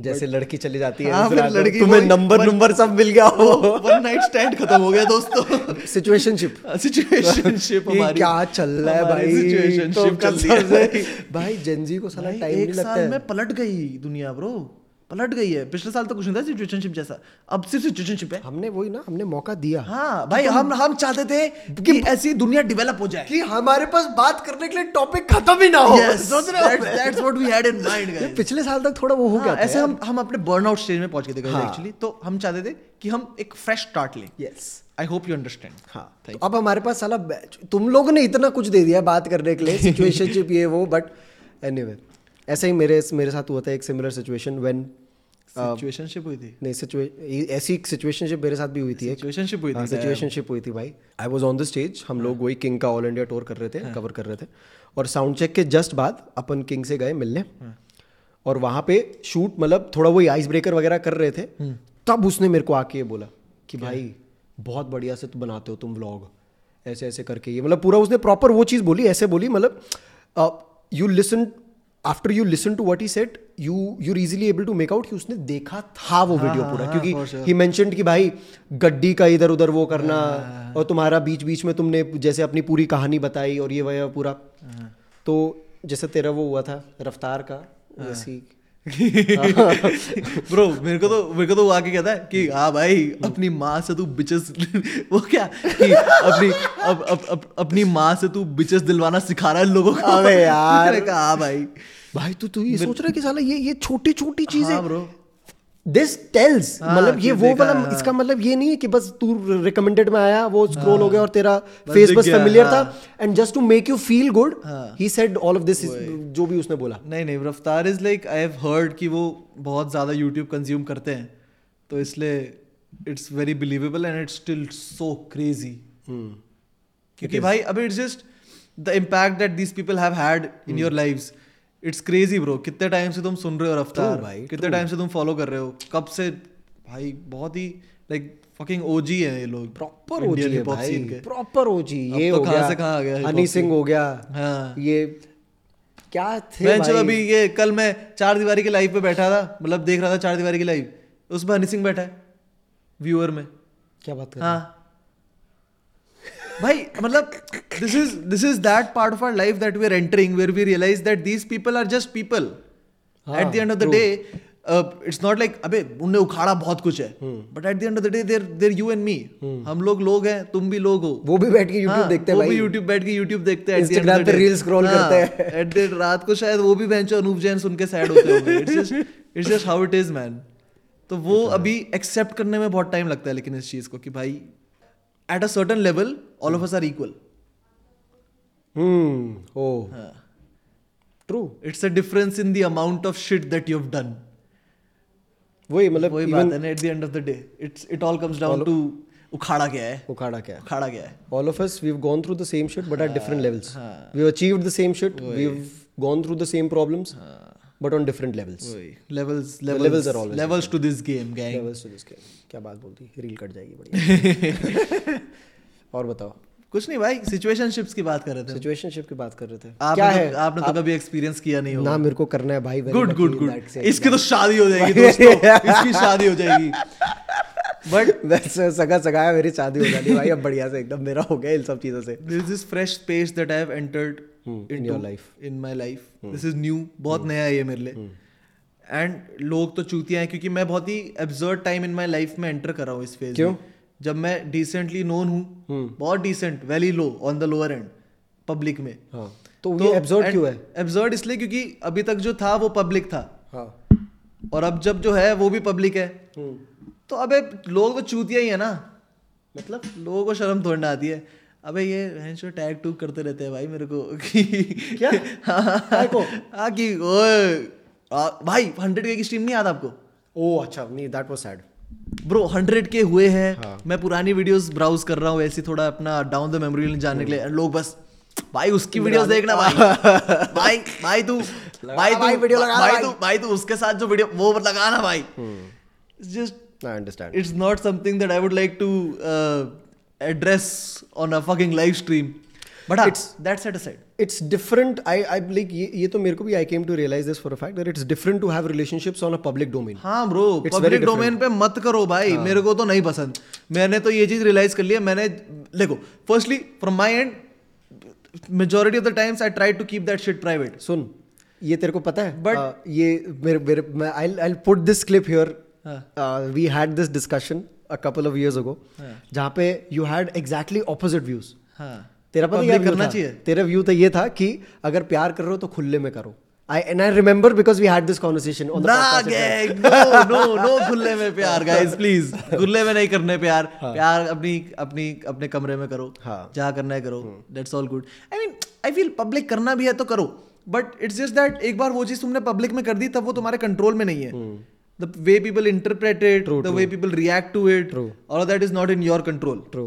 S1: जैसे लड़की चली जाती है
S2: हाँ,
S1: उस
S2: फिर
S1: रात को,
S2: लड़की
S1: तुम्हें
S2: वही-
S1: नंबर नंबर सब मिल गया हो
S2: वन नाइट स्टैंड खत्म हो गया दोस्तों
S1: सिचुएशनशिप
S2: सिचुएशनशिप हमारी
S1: क्या चल रहा है
S2: हमारी
S1: भाई
S2: situationship
S1: तो
S2: चल रही है
S1: सबसे- भाई जेनजी को साला
S2: भाई,
S1: टाइम नहीं
S2: एक
S1: लगता
S2: साल
S1: है
S2: में पलट गई दुनिया ब्रो पलट गई है पिछले साल तो कुछ नहीं था सिचुएशनशिप जैसा अब सिर्फ सिचुएशनशिप है
S1: हमने वही ना हमने मौका दिया
S2: हाँ भाई हम हम चाहते थे कि ऐसी दुनिया डेवलप हो जाए
S1: तो कि हमारे पास बात करने के लिए टॉपिक खत्म ही ना हो
S2: Yes,
S1: सोच रहे हो?
S2: that's- that's what we had in mind, guys.
S1: पिछले साल तक थोड़ा वो हो गया
S2: हाँ,
S1: था
S2: ऐसे
S1: यार।
S2: हम हम अपने बर्नआउट स्टेज में पहुंच गए थे
S1: हाँ।
S2: एक्चुअली तो हम चाहते थे कि हम एक फ्रेश स्टार्ट लें
S1: Yes.
S2: I hope you understand
S1: हाँ तो अब हमारे पास साला बै- तुम लोग ने इतना कुछ दे दिया बात करने के लिए सिचुएशनशिप ये वो बट एनीवे ऐसे ही मेरे मेरे साथ हुआ था एक similar situation when Um,
S2: situationship हुई थी
S1: नहीं सिचुएशन ऐसी एक सिचुएशनशिप मेरे साथ भी हुई थी एक
S2: सिचुएशनशिप हुई
S1: हाँ,
S2: थी हाँ।
S1: सिचुएशनशिप हुई थी भाई I was on the stage हम लोग वही किंग का ऑल इंडिया टूर कर रहे थे कवर कर रहे थे और साउंड चेक के जस्ट बाद अपन किंग से गए मिलने
S2: हाँ।
S1: और वहाँ पे शूट मतलब थोड़ा वही आइस ब्रेकर वगैरह कर रहे थे
S2: हाँ।
S1: तब उसने मेरे को आके ये बोला कि भाई बहुत बढ़िया से तुम बनाते हो तुम व्लॉग ऐसे ऐसे करके ये मतलब पूरा उसने प्रॉपर वो चीज़ बोली ऐसे बोली मतलब अ, you listen after you listen to what he said you you're easily able to make out कि उसने देखा था वो वीडियो पूरा
S2: हाँ, for
S1: क्योंकि
S2: sure.
S1: ही मैंशन कि भाई गड्डी का इधर उधर वो करना
S2: हाँ,
S1: और तुम्हारा बीच बीच में तुमने जैसे अपनी पूरी कहानी बताई और ये वह पूरा
S2: हाँ,
S1: तो जैसे तेरा वो हुआ था रफ्तार का
S2: हाँ।
S1: वैसी
S2: ब्रो मेरे को तो मेरे को तो वो आके कहता है कि हाँ भाई
S1: Hmm.
S2: अपनी माँ से तू बिचेस वो क्या कि अपनी अप, अप, अप, अपनी माँ से तू बिचेस दिलवाना सिखा रहा है लोगों को
S1: अबे यार।
S2: मैंने कहा हाँ भाई
S1: भाई तू तू ये सोच रहा है कि साला ये ये छोटी छोटी चीजें
S2: हाँ ब्रो
S1: दिस टेल्स
S2: हाँ,
S1: मतलब ये
S2: कि
S1: वो
S2: देखा,
S1: मतलब
S2: हाँ।
S1: इसका मतलब ये नहीं है कि बस तू रिकमेंडेड में आया वो स्क्रॉल हो गया और तेरा फेस
S2: हाँ। दिख
S1: बस
S2: गया,
S1: फेमिलियर
S2: हाँ।
S1: था and just to make you feel good
S2: हाँ।
S1: He said all of this जो भी उसने बोला
S2: नहीं नहीं Raftaar is like I have heard कि वो बहुत ज़्यादा यूट्यूब कंज्यूम करते हैं तो इसलिए it's very believable and it's still so crazy
S1: Hmm.
S2: क्योंकि भाई अभी it's just the impact that these people have had
S1: Hmm.
S2: In your lives it's crazy bro कितने टाइम से तुम सुन रहे हो रफ्तार
S1: True भाई,
S2: कितने टाइम से तुम फॉलो कर रहे हो कब से भाई बहुत ही लाइक फकिंग ओजी हैं ये लोग
S1: प्रॉपर
S2: प्रॉपर
S1: ओजी
S2: ओजी
S1: है भाई प्रॉपर ओजी
S2: अब
S1: ये
S2: तो
S1: हो
S2: कहाँ
S1: गया
S2: से कहाँ आ गया hip hop
S1: Honey
S2: scene?
S1: Singh हो गया
S2: हाँ।
S1: ये क्या थे
S2: मैं
S1: भाई
S2: चलो अभी ये कल मैं चार दीवारी की लाइव पे बैठा था मतलब देख रहा था चार दीवारी की लाइव उसमें हनी सिंह बैठा है व्यूअर में
S1: क्या बात कर रहे
S2: हाँ भाई मतलब this is this is that part of our life that we are entering where we realize that these people are just people
S1: हाँ,
S2: at the end of the day it's not like अबे उनने उखाड़ा बहुत कुछ है
S1: हम्म।
S2: But at the end of the day there there you and me हम लोग लोग हैं तुम भी लोग हो
S1: हो? वो भी बैठ के YouTube
S2: हाँ,
S1: देखते हैं
S2: वो भी
S1: भाई
S2: YouTube बैठ के YouTube देखते हैं at the
S1: Instagram
S2: end of the
S1: पे
S2: day.
S1: reel scroll
S2: हाँ,
S1: करते
S2: at the- रात को शायद वो भी बेंच अनूप जैन सुन के सैड होते होंगे it's just it's just how it is man तो वो अभी एक्सेप्ट करने में बहुत टाइम लगता है लेकिन इस चीज को कि भाई at a certain level all of us are equal
S1: hmm oh
S2: हाँ।
S1: True
S2: it's a difference in the amount of shit that you have done
S1: वही मतलब
S2: वही
S1: even
S2: बात है ना at the end of the day it's it all comes down to उखाड़ा गया है
S1: उखाड़ा क्या
S2: उखाड़ा गया है
S1: all of us we've gone through the same shit but at different levels
S2: हाँ.
S1: we've achieved the same shit we've gone through the same problems but on different levels
S2: levels
S1: levels
S2: levels
S1: are always
S2: levels to this game gang
S1: levels to this game क्या बात बोलती reel cut जाएगी बढ़िया और बताओ
S2: कुछ नहीं भाई सिचुएशनशिप्स की बात कर रहे थे
S1: सिचुएशनशिप की बात कर रहे थे क्या
S2: आपने
S1: है
S2: तो, आपने तो कभी एक्सपीरियंस किया नहीं होगा
S1: ना मेरे को करना है भाई very
S2: good
S1: lucky
S2: good
S1: in that
S2: good
S1: sense.
S2: इसकी तो शादी हो जाएगी दोस्तों इसकी शादी हो जाएगी बट
S1: वैसे सगा सगाया मेरी शादी हो जाती है भाई अब बढ़िया से एकदम मेरा हो गया इन सब चीजों से
S2: this is fresh space that I have entered
S1: Hmm, in Hmm. your life.
S2: In my life this is new बहुत नया है ये मेरे लिए
S1: Hmm.
S2: एंड लोग तो चूतियां हैं क्योंकि मैं बहुत ही absurd time in my life में एंटर कर रहा हूँ इस फेज
S1: क्यों?
S2: में जब मैं डिसेंटली नोन
S1: Hmm.
S2: हूँ बहुत decent very low on the lower end public में
S1: हाँ तो ये absurd क्यों है
S2: एब्जर्ड इसलिए क्योंकि अभी तक जो था वो पब्लिक था
S1: हाँ
S2: और अब जब जो है वो भी पब्लिक है
S1: Hmm.
S2: तो अबे लोग तो चूतिया ही है ना मतलब लोगों को शर्म थोड़ी ना आती है अबे ये हैंशो टैग टूग करते रहते हैं भाई मेरे को क्या
S1: टैग को?
S2: हाँ कि ओए आ, भाई हंड्रेड के की स्ट्रीम नहीं आता आपको
S1: ओ अच्छा नहीं that was sad
S2: bro hundred के हुए हैं
S1: हाँ।
S2: मैं पुरानी वीडियोस ब्राउज कर रहा हूँ ऐसी थोड़ा अपना डाउन द मेमोरी लेन जाने के लिए
S1: हम्म।
S2: लोग बस भाई उसकी वीडियोस देखना भाई भाई भाई तू भाई
S1: भाई,
S2: तू
S1: video लगा
S2: भाई
S1: भाई। हम्म।
S2: तू भाई तू उसके साथ जो वीडियो वो लगाना भाई
S1: Hmm.
S2: Just
S1: I understand
S2: it's not something that I would like to uh, address on a fucking live stream. But हाँ,
S1: It's-
S2: that's set aside.
S1: it's different i i like ये, ये तो मेरे को भी i came to realize this for a fact that it's different to have relationships on a public domain
S2: हाँ ब्रो
S1: It's very
S2: public
S1: different. हाँ।
S2: Domain पे मत करो भाई मेरे को तो नहीं पसंद मैंने तो ये चीज रियलाइज कर लिया मैंने देखो firstly from my end majority of the times I try to keep that shit private
S1: सुन ये तेरे को पता है
S2: But-
S1: अ, ये मेरे मेरे मैं i'll i'll put this clip here Uh, we had this discussion a couple of years ago जहाँ पे you had exactly opposite views
S2: हाँ
S1: तेरा पता है क्या
S2: Public
S1: view
S2: करना
S1: था?
S2: चाहिए।
S1: तेरा व्यू तो ये था कि अगर प्यार कर रहे हो तो खुले में करो I and I remember because we had this conversation on
S2: ना गैंग नो नो नो खुले में
S1: हाँ,
S2: प्यार गाइस प्लीज खुले में नहीं करने प्यार प्यार अपनी अपनी अपने कमरे में करो
S1: हाँ। हम्म।
S2: जहाँ करना है करो that's all good I mean I feel public करना भी है तो करो बट इट्स जस्ट दैट एक बार वो चीज तुमने पब्लिक में कर दी तब वो तुम्हारे कंट्रोल में नहीं है
S1: hmm.
S2: The way people interpret it the way people react to it
S1: True.
S2: और that is not in your control
S1: true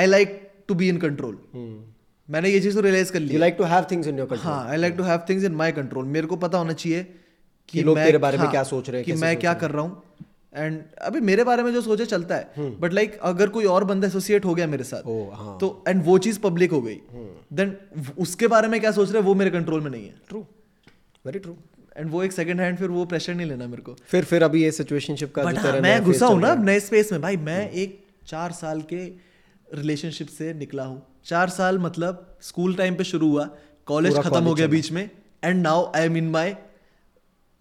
S2: I like to be in control
S1: hmm.
S2: मैंने ये चीज तो रियलाइज कर ली
S1: you like to have things in your control
S2: हाँ I like to have things in my control मेरे को पता होना चाहिए
S1: कि लोग
S2: मैं-
S1: तेरे बारे में
S2: हाँ,
S1: क्या सोच रहे हैं,
S2: कि
S1: कैसे
S2: मैं
S1: सोच
S2: क्या कर रहा हूँ एंड अभी मेरे बारे में जो सोचे चलता है बट लाइक like, अगर कोई और बंदा एसोसिएट हो गया मेरे साथ
S1: हम्म। ओ, हाँ। हम्म।
S2: तो एंड वो चीज पब्लिक हो गई देन उसके बारे में क्या सोच रहे हैं वो मेरे कंट्रोल में नहीं है
S1: ट्रू वेरी ट्रू
S2: एंड वो एक सेकंड हैंड फिर वो प्रेशर नहीं लेना मेरे को
S1: फिर फिर अभी ये सिचुएशनशिप का
S2: बट
S1: जो
S2: हाँ,
S1: तेरा
S2: मैं
S1: नया
S2: घुसा
S1: phase
S2: हूँ
S1: चल
S2: ना
S1: रहा हम्म।
S2: अब नए स्पेस में भाई मैं एक चार साल के रिलेशनशिप से निकला हूँ चार साल मतलब स्कूल टाइम पे शुरू हुआ कॉलेज
S1: पूरा
S2: खत्म हो
S1: college
S2: गया बीच में and now I am in my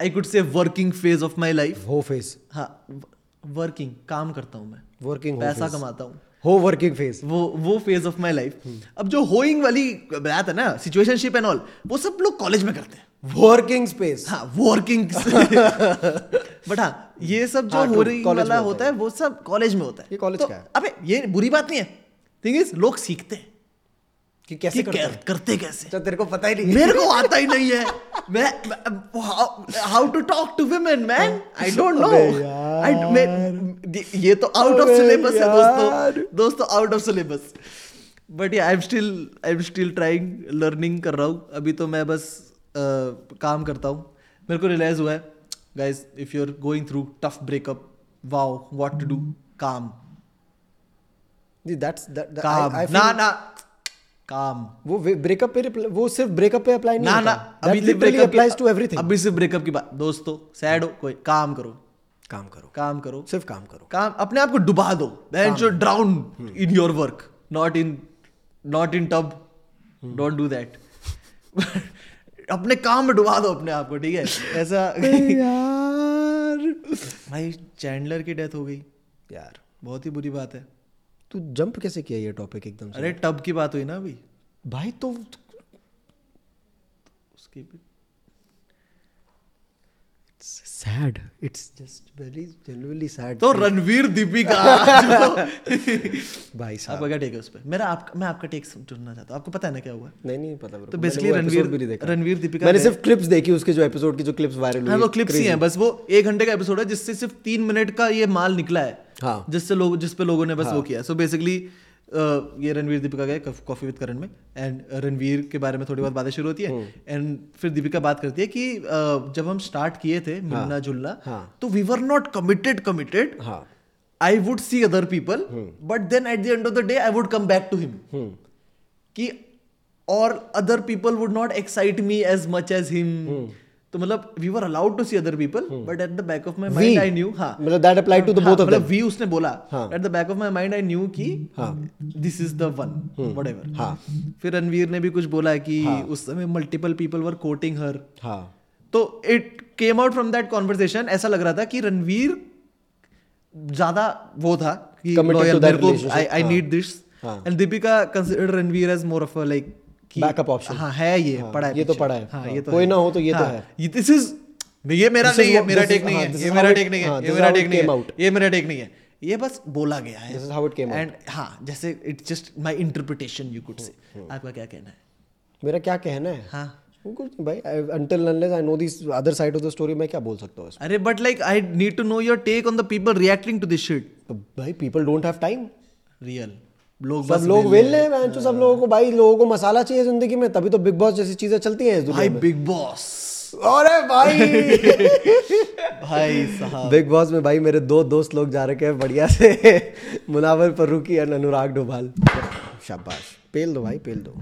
S2: I could say working phase of my life
S1: है। हो फेस
S2: हाँ वर्किंग काम करता हूँ मैं
S1: वर्किंग
S2: पैसा कमाता हूँ
S1: हो वर्किंग फेस
S2: वो वो phase of my life
S1: hmm.
S2: अब जो होइंग वाली बात है ना सिचुएशनशिप एंड ऑल वो सब लोग कॉलेज में करते हैं
S1: वर्किंग स्पेस
S2: हाँ वर्किंग बट हाँ ये सब जो
S1: हाँ,
S2: हो
S1: true,
S2: रही
S1: college
S2: वाला
S1: में होता
S2: होता है वो सब कॉलेज में होता है
S1: ये college
S2: तो,
S1: का है।
S2: अबे ये बुरी बात नहीं है थिंग इज लोग सीखते हैं
S1: कि
S2: कि
S1: कैसे करते हैं
S2: कर- करते कैसे
S1: अच्छा, तेरे को पता ही नहीं
S2: मेरे को आता ही नहीं है मैं how to talk to women man I don't know
S1: अबे यार।
S2: ये तो आउट ऑफ
S1: अबे
S2: सिलेबस है
S1: यार।
S2: दोस्तों दोस्तों out of syllabus but I am still I am still trying learning कर रहा हूँ अभी तो मैं बस अ, काम करता हूँ मेरे को रियलाइज हुआ है guys if you are going through tough breakup wow what to do काम
S1: दैट्स दैट
S2: काम ना ना काम
S1: वो ब्रेकअप पे repl- वो सिर्फ ब्रेकअप पे अप्लाई नहीं
S2: ना ना
S1: अभी
S2: अभी से
S1: literally
S2: breakup
S1: applies to everything
S2: अभी से ब्रेकअप की बात दोस्तों सैड हो कोई काम करो
S1: काम करो
S2: काम करो
S1: सिर्फ काम करो
S2: काम अपने आप को डुबा दो एंड जो drown in your work not in not in tub don't do that अपने काम में डुबा दो अपने आप को ठीक है ऐसा
S1: यार
S2: भाई चैंडलर की डेथ हो गई
S1: यार
S2: बहुत ही बुरी बात है
S1: तू जंप कैसे किया ये टॉपिक एकदम से
S2: अरे टब की बात हुई ना अभी
S1: भाई तो
S2: उसकी भी
S1: sad it's just very generally sad
S2: तो रणवीर दीपिका जो-
S1: भाई साहब
S2: आपका क्या टेक है उस पर मेरा आपका मैं आपका टेक सुनना चाहता हूँ आपको पता है ना क्या हुआ
S1: नहीं नहीं पता मेरे
S2: तो
S1: को। मैंने
S2: basically
S1: वो episode
S2: रणवीर-
S1: भी नहीं देखा
S2: रणवीर दीपिका
S1: मैंने
S2: ने-
S1: सिर्फ क्लिप्स देखी उसके जो एपिसोड की जो क्लिप्स वायरल
S2: हाँ
S1: हुई
S2: वो क्लिप्स ही हैं बस वो एक घंटे का एपिसोड है जिससे सिर्फ तीन मिनट का ये माल निकला है
S1: हाँ।
S2: जिससे लोग जिस पे लोगों ने बस वो किया सो बेसिकली ये रणवीर दीपिका गए कॉफी विद करण में एंड रणवीर के बारे में थोड़ी बहुत बातें शुरू होती है
S1: हम्म।
S2: एंड फिर दीपिका बात करती है कि अ, जब हम स्टार्ट किए थे मिलना जुलना
S1: हाँ।
S2: तो we were not committed committed
S1: हाँ
S2: I would see other people
S1: hmm.
S2: But then at the end of the day I would come back to him कि और other people would not excite me as much as
S1: Hmm.
S2: Him तो मतलब we were allowed to see other people but at the back of my mind I knew हाँ
S1: मतलब that apply to the
S2: हाँ,
S1: both of
S2: मतलब
S1: them
S2: we उसने बोला
S1: हाँ।
S2: At the back of my mind I knew कि this is the one
S1: हाँ।
S2: Whatever फिर रणवीर ने भी कुछ बोला कि उस समय multiple people were courting her
S1: हाँ
S2: तो it came out from that conversation ऐसा लग रहा था कि रणवीर ज्यादा वो था कि
S1: Committed to
S2: loyal,
S1: that
S2: मेरे को
S1: relationship,
S2: आई
S1: हाँ।
S2: नीड दिस
S1: हाँ।
S2: And Deepika consider Ranveer as more of like
S1: Backup option.
S2: हाँ है ये
S1: हाँ,
S2: पड़ा है
S1: ये तो
S2: पीछे।
S1: पड़ा है,
S2: हाँ
S1: हाँ,
S2: ये तो
S1: कोई
S2: है।
S1: ना हो तो ये तो
S2: हाँ,
S1: है।
S2: ये दिस इज ये मेरा
S1: This is
S2: नहीं है
S1: what-
S2: मेरा
S1: this is-
S2: टेक नहीं
S1: हाँ,
S2: है
S1: this
S2: ये
S1: is
S2: मेरा
S1: how it-
S2: टेक नहीं
S1: हाँ,
S2: है
S1: this
S2: ये
S1: is
S2: मेरा
S1: how it
S2: टेक नहीं
S1: came
S2: है
S1: out.
S2: ये मेरा टेक नहीं है ये बस बोला गया है
S1: This is how it came out.
S2: And हाँ जैसे it's just my interpretation you could
S1: हम्म,
S2: से आपका क्या कहना है
S1: मेरा क्या कहना है
S2: हाँ
S1: कुछ नहीं भाई until unless I know this other side of the story मैं क्या बोल सकता हूँ इसमें?
S2: अरे but like I need to know your take on the people reacting to this shit
S1: तो भाई people don't have time
S2: real लोग
S1: सब
S2: बस
S1: लोग वेल हैं मैं सब लोगों को भाई लोगों को मसाला चाहिए जिंदगी में तभी तो बिग बॉस जैसी चीजें चलती हैं इस दुनिया
S2: भाई बिग बॉस
S1: में अरे भाई
S2: भाई साहब
S1: बिग बॉस में भाई मेरे दो दोस्त लोग जा रखे हैं बढ़िया से मुनावर फरूकी और अनुराग डोभाल शाबाश पेल दो भाई पेल दो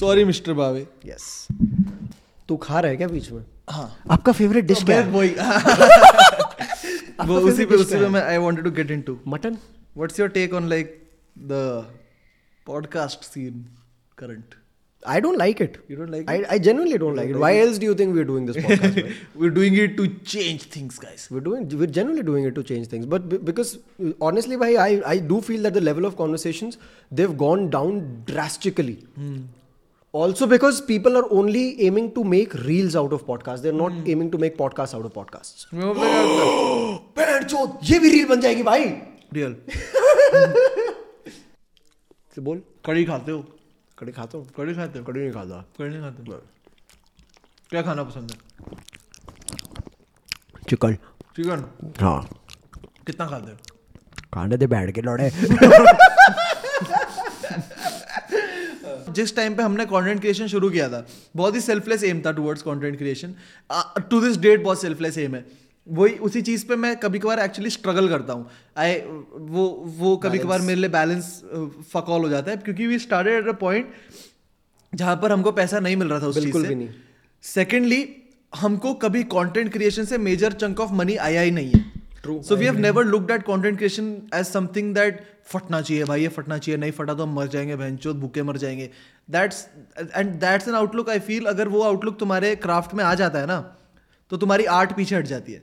S2: सॉरी मिस्टर बावे
S1: यस तू खा रहा है क्या बीच में
S2: हाँ
S1: आपका फेवरेट डिश क्या
S2: मैं
S1: है
S2: वही वो
S1: favorite
S2: उसी पे
S1: dish
S2: उसी पे मैं I wanted to get into
S1: mutton
S2: what's your take on like the podcast scene current
S1: I don't like it
S2: you don't like
S1: I, I genuinely don't like it. Why else do you think we're doing this podcast? man?
S2: We are doing it to change things guys
S1: we're doing we're generally doing it to change things, but b- because uh, honestly, bhai, I I do feel that the level of conversations they've gone down drastically. Also, because people are only aiming to make reels out of podcasts, they're not aiming to make podcasts out of podcasts. ये भी reel बन जाएगी भाई
S2: real
S1: बोल
S2: कड़ी खाते हो
S1: कड़ी खाता हूँ
S2: कड़ी खाते हो
S1: कड़ी नहीं खाता
S2: कड़ी नहीं खाते हो? क्या खाना पसंद है
S1: चिकन
S2: चिकन
S1: हाँ
S2: कितना खाते हो
S1: खाने दे बैठ के लड़े
S2: जिस टाइम पे हमने कंटेंट क्रिएशन शुरू किया था बहुत ही सेल्फलेस एम था towards content creation to this date बहुत सेल्फलेस एम है वही उसी चीज़ पे मैं कभी कभार एक्चुअली स्ट्रगल करता हूँ आई वो वो कभी कभार मेरे लिए बैलेंस फकॉल हो जाता है क्योंकि we started at a point जहाँ पर हमको पैसा नहीं मिल रहा था उस
S1: बिल्कुल
S2: चीज़
S1: भी
S2: से
S1: नहीं।
S2: सेकेंडली हमको कभी कंटेंट क्रिएशन से मेजर चंक ऑफ मनी आया ही नहीं है
S1: True,
S2: so we have never looked at content creation as something that फटना चाहिए भाई ये फटना चाहिए नहीं फटा तो हम मर जाएंगे भैंचो भूखे मर जाएंगे that's and that's an outlook I feel अगर वो आउटलुक तुम्हारे क्राफ्ट में आ जाता है ना तो तुम्हारी आर्ट पीछे हट जाती है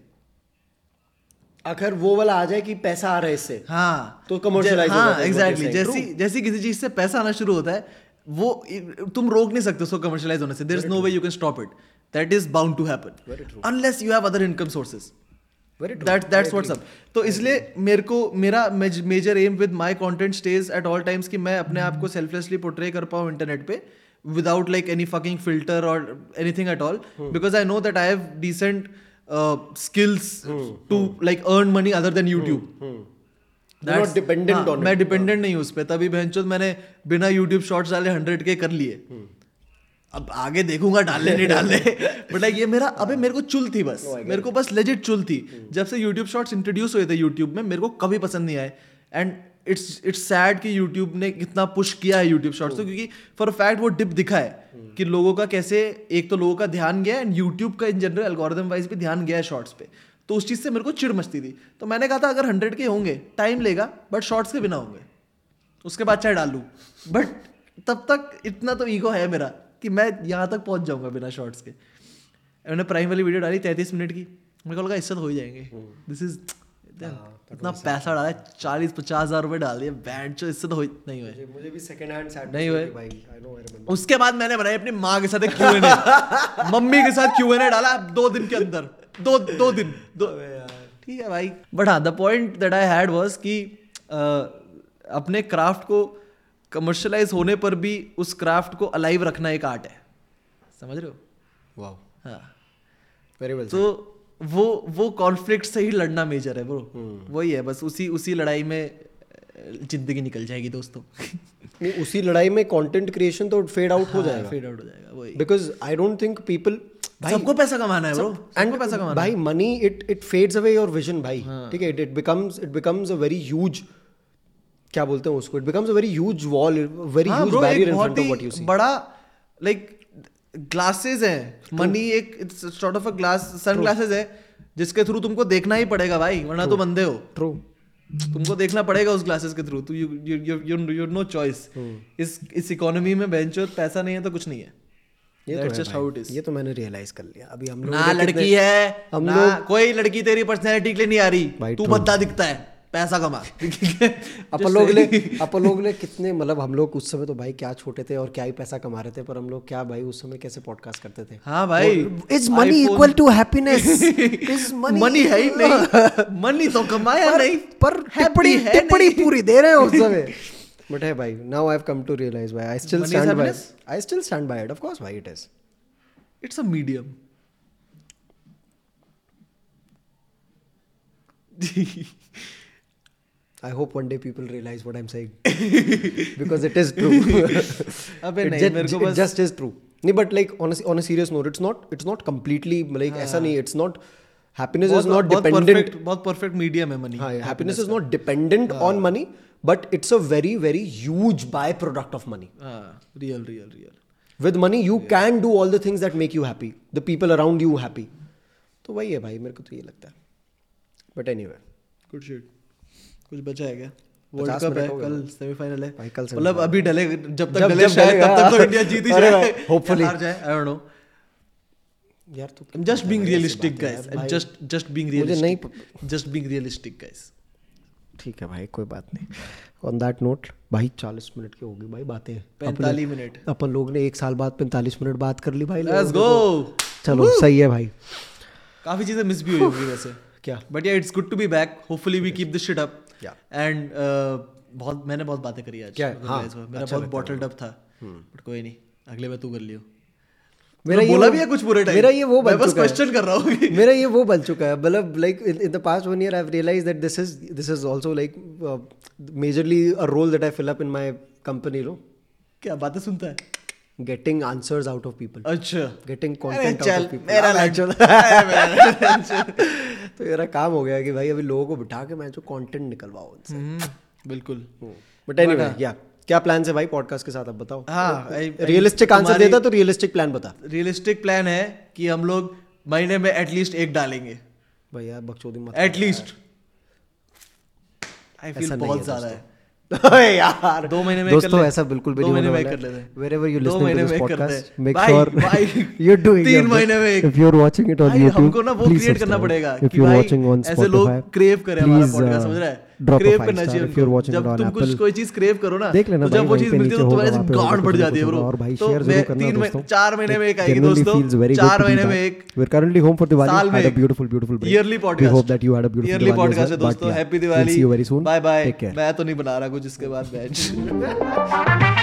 S1: अगर वो वाला आ जाए कि पैसा आ रहा है इससे
S2: हाँ
S1: तो commercialize हो जाता
S2: हाँ
S1: है इस वजह
S2: एग्जैक्टली
S1: से,
S2: जैसी जैसी किसी चीज से पैसा आना शुरू होता है वो तुम रोक नहीं सकते उसको कमर्शलाइज होने से there is no way you can stop it that is bound to
S1: Very
S2: happen unless you have other income sources
S1: Very true.
S2: That that's
S1: I
S2: what's
S1: agree.
S2: Up तो इसलिए मेरे को मेरा major aim with my content stage at all times कि मैं अपने आप को सेल्फलेसली पोर्ट्रे कर पाऊँ इंटरनेट पे without like any fucking filter और anything at all
S1: Hmm।
S2: Because I know that I have decent uh, skills
S1: Hmm।
S2: To like earn money other than YouTube
S1: You're not dependent on it.
S2: हाँ, मैं dependent नहीं हूँ उस पर तभी बहनचोद मैंने बिना यूट्यूब शॉर्ट्स डाले हंड्रेड के कर लिए अब आगे देखूंगा डालने नहीं डालने बट लाइक ये मेरा अबे मेरे को चुल थी बस मेरे को बस लेजिट चुल थी जब से यूट्यूब शॉर्ट्स इंट्रोड्यूस हुए थे यूट्यूब में मेरे को कभी पसंद नहीं आए एंड इट्स इट्स सैड कि यूट्यूब ने कितना पुश किया है यूट्यूब शॉर्ट्स को क्योंकि फॉर फैक्ट वो डिप दिखा है कि लोगों का कैसे एक तो लोगों का ध्यान गया एंड यूट्यूब का इन जनरल एल्गोरिदम वाइज भी ध्यान गया है शॉर्ट्स पे तो उस चीज़ से मेरे को चिड़ मचती थी तो मैंने कहा था अगर हंड्रेड के होंगे टाइम लेगा बट शॉर्ट्स के बिना होंगे उसके बाद चाहे डालू बट तब तक इतना तो ईगो है मेरा कि मैं यहाँ तक पहुँच जाऊँगा बिना शॉर्ट्स के मैंने प्राइम वाली वीडियो डाली तैंतीस मिनट की मेरे को लगा इससे तो हो ही जाएंगे दिस इज इतना पैसा डाला है चालीस पचास हज़ार रुपये डाल दिए बैंड चो इससे तो हो ही नहीं हुए
S1: मुझे- मुझे भी सेकंड हैंड सैड
S2: नहीं हुए।
S1: भाई आई नो आई रिमेंबर
S2: उसके बाद मैंने बनाई अपनी माँ के साथ एक क्यू मम्मी के साथ क्यू डाला दो दिन के अंदर दो दो दिन दो ठीक है भाई बट हाँ the point that I had was कि अ, अपने क्राफ्ट को कमर्शलाइज होने पर भी उस क्राफ्ट को अलाइव रखना एक आर्ट है समझ रहे हो
S1: वाओ
S2: हाँ
S1: वेरी वेल
S2: तो वो वो कॉन्फ्लिक्ट से ही लड़ना मेजर है ब्रो
S1: हम्म।
S2: वही है बस उसी उसी लड़ाई में अ, जिंदगी निकल जाएगी दोस्तों
S1: नहीं तो उसी लड़ाई में कंटेंट क्रिएशन तो फेड आउट
S2: हाँ,
S1: हो जाएगा
S2: फेड आउट हो जाएगा वही
S1: because I don't think people
S2: सबको पैसा कमाना है ब्रो
S1: एंड पैसा कमाना भाई money it it fades away your vision भाई
S2: हाँ।
S1: ठीक है it it becomes it becomes a very huge क्या बोलते हैं उसको it becomes a very huge wall very
S2: हाँ,
S1: ह्यूज
S2: bro,
S1: बैरियर
S2: एक
S1: इन
S2: बहुत
S1: फ्रंट ऑफ
S2: ही
S1: व्हाट यू सी
S2: बड़ा लाइक ग्लासेस हैं मनी एक it's sort of a glass sun glasses है जिसके थ्रू तुमको देखना ही पड़ेगा भाई वरना तो बंदे हो
S1: ट्रू
S2: तुमको देखना पड़ेगा उस ग्लासेस के तो through you you you know choice इस इस इकोनॉमी में बेंचो पैसा नहीं है तो कुछ नहीं है
S1: ये तो
S2: That's
S1: है
S2: just how it
S1: भाई,
S2: is.
S1: ये तो मैंने रियलाइज कर लिया अभी हम लोग
S2: ना
S1: देख
S2: लड़की
S1: मतलब कितने-
S2: है
S1: हम
S2: ना कोई लड़की तेरी पर्सनैलिटी के लिए नहीं आ रही
S1: भाई,
S2: तू
S1: true.
S2: भद्दा दिखता है पैसा कमा
S1: अपन लोग ले अपन लोग ले कितने मतलब हम लोग उस समय तो भाई क्या छोटे थे और क्या ही पैसा कमा रहे थे पर हम लोग क्या भाई उस समय कैसे पॉडकास्ट करते थे
S2: हाँ भाई
S1: is money
S2: iPhone-
S1: equal to happiness is money
S2: money है ही नहीं मनी तो कमाया नहीं
S1: पर
S2: happy
S1: टिप्पणी
S2: है
S1: टिप्पणी
S2: नहीं।
S1: पूरी दे रहे हैं उस समय बट है भाई now I have come to realise भाई I still
S2: Money is
S1: stand by
S2: happiness?
S1: I still stand by it of course भाई it is
S2: it's a medium
S1: I hope one day people realise what I am saying because it is true
S2: अबे
S1: It
S2: नहीं
S1: just-
S2: मेरे को
S1: it
S2: बस
S1: just is true नहीं but like on a, on a serious note it's not it's not completely like ऐसा नहीं it's not happiness
S2: हाँ। बहुत-
S1: is not
S2: बहुत
S1: dependent
S2: perfect- बहुत परफेक्ट मीडियम है हाँ। मनी
S1: हाँ happiness is not dependent on money but it's a very very huge byproduct of money
S2: हाँ, real real real
S1: with money you can do all the things that make you happy the people around you happy तो वही है भाई मेरे को तो ये लगता है बट एनी
S2: गुड शिट कुछ बचा है क्या वर्ल्ड
S1: 50
S2: कप है
S1: मिनट हो गए
S2: कल सेमीफाइनल है
S1: भाई, कल
S2: मतलब अभी डले जब तक
S1: जब-
S2: डले
S1: जब
S2: शायद
S1: डलेगा।
S2: तब तक तो इंडिया जीत ही
S1: अरे
S2: जाए
S1: भाई, hopefully.
S2: या हार जाए आई डोंट नो आई
S1: यार तू
S2: am just being realistic guys I am just just being
S1: मुझे नहीं
S2: realistic just being realistic guys
S1: ठीक है भाई कोई बात नहीं ऑन दैट नोट भाई चालीस मिनट की होगी भाई बातें अपने-
S2: 45 मिनट
S1: अपन लोग ने एक साल बाद पैंतालीस मिनट बात कर ली भाई लोगों
S2: लेट्स गो
S1: को। चलो सही है भाई
S2: काफी चीजें मिस भी हुई होगी वैसे
S1: क्या?
S2: But yeah it's good to be back hopefully we keep this shit up
S1: Yeah.
S2: And uh, बहुत मैंने बहुत बातें करी आज
S1: क्या?
S2: अगर
S1: हाँ,
S2: realize हुआ। मेरा बहुत बॉटल्ड अप था बट कोई नहीं अगले बार तू कर लियो
S1: Hmm. मेरा
S2: मेरा
S1: ये
S2: बोला
S1: वो-
S2: भी है कुछ बुरे टाइम
S1: मेरा ये वो बन
S2: मैं बस
S1: चुका है।
S2: क्वेश्चन कर रहा हूँ कि-
S1: मेरा ये वो बन चुका है मतलब like in the past one year I realise that this is this is also like majorly a role that I fill up in my company लो
S2: क्या बातें सुनता है
S1: getting answers out of people
S2: अच्छा
S1: getting
S2: अरे
S1: content out
S2: चल
S1: of people
S2: मेरा
S1: हाँ,
S2: लाइक
S1: actually, तो मेरा काम हो गया कि भाई अभी लोगों को बिठा के मैं जो कंटेंट निकलवाओ उनसे
S2: हम्म, बिल्कुल
S1: बट एनीवे या क्या प्लान है भाई पॉडकास्ट के साथ अब बताओ
S2: हाँ
S1: रियलिस्टिक आंसर देता तो रियलिस्टिक प्लान बता
S2: रियलिस्टिक प्लान है कि हम लोग महीने में एटलीस्ट एक डालेंगे
S1: भैया बकचोदी मत
S2: एटलीस्ट आई फील
S1: ऐसा नहीं
S2: बहुत
S1: है
S2: ज्यादा है
S1: अरे यार
S2: दो महीने में
S1: दोस्तों
S2: कर ले।
S1: ऐसा बिल्कुल भी
S2: दो
S1: नहीं होने
S2: महीने में
S1: वाला
S2: कर लेते हैं।
S1: wherever you
S2: दो
S1: listening
S2: महीने
S1: to this
S2: में कर
S1: podcast
S2: दे।
S1: make
S2: भाई,
S1: sure
S2: भाई,
S1: you're doing
S2: तीन
S1: your
S2: महीने में
S1: best.
S2: एक।
S1: if you're watching it on
S2: भाई,
S1: YouTube
S2: हमको ना वो
S1: please
S2: क्रिएट करना
S1: subscribe.
S2: पड़ेगा
S1: if
S2: कि
S1: you're
S2: भाई,
S1: watching on
S2: ऐसे लोग
S1: Spotify,
S2: crave करें हमारा
S1: please,
S2: podcast,
S1: uh,
S2: समझ रहा है
S1: drop a
S2: क्रेव
S1: five
S2: करना
S1: star
S2: चाहिए
S1: if you're
S2: उनको।
S1: watching
S2: जब
S1: it on
S2: तुम कुछ
S1: Apple.
S2: कोई चीज क्रेव करो ना
S1: देख लेना
S2: तो
S1: भाई,
S2: जब वो
S1: वहीं
S2: चीज
S1: पे
S2: मिलती
S1: नीचे
S2: है तो तुम्हारे
S1: होगा, वहाँ पे होगा, कुछ ना
S2: गांड बढ़ जाती है
S1: कुछ
S2: ब्रो
S1: होगा। और भाई,
S2: तो
S1: share जरूर
S2: मैं-
S1: करना
S2: तीन महीने-
S1: दोस्तों।
S2: चार महीने में एक
S1: It
S2: आएगी
S1: genuinely
S2: दोस्तों
S1: feels very good
S2: चार
S1: to be
S2: महीने में
S1: back.
S2: एक
S1: We're currently home for Diwali.
S2: साल
S1: Had
S2: में
S1: a beautiful, beautiful break.
S2: Yearly podcast
S1: We hope that you had a beautiful
S2: yearly
S1: Diwali as
S2: podcast है
S1: well. But
S2: दोस्तों
S1: yeah,
S2: happy
S1: we'll
S2: Diwali तो
S1: see you very soon.
S2: Bye bye
S1: Take care.
S2: मैं तो नहीं बना रहा कुछ इसके बाद बैच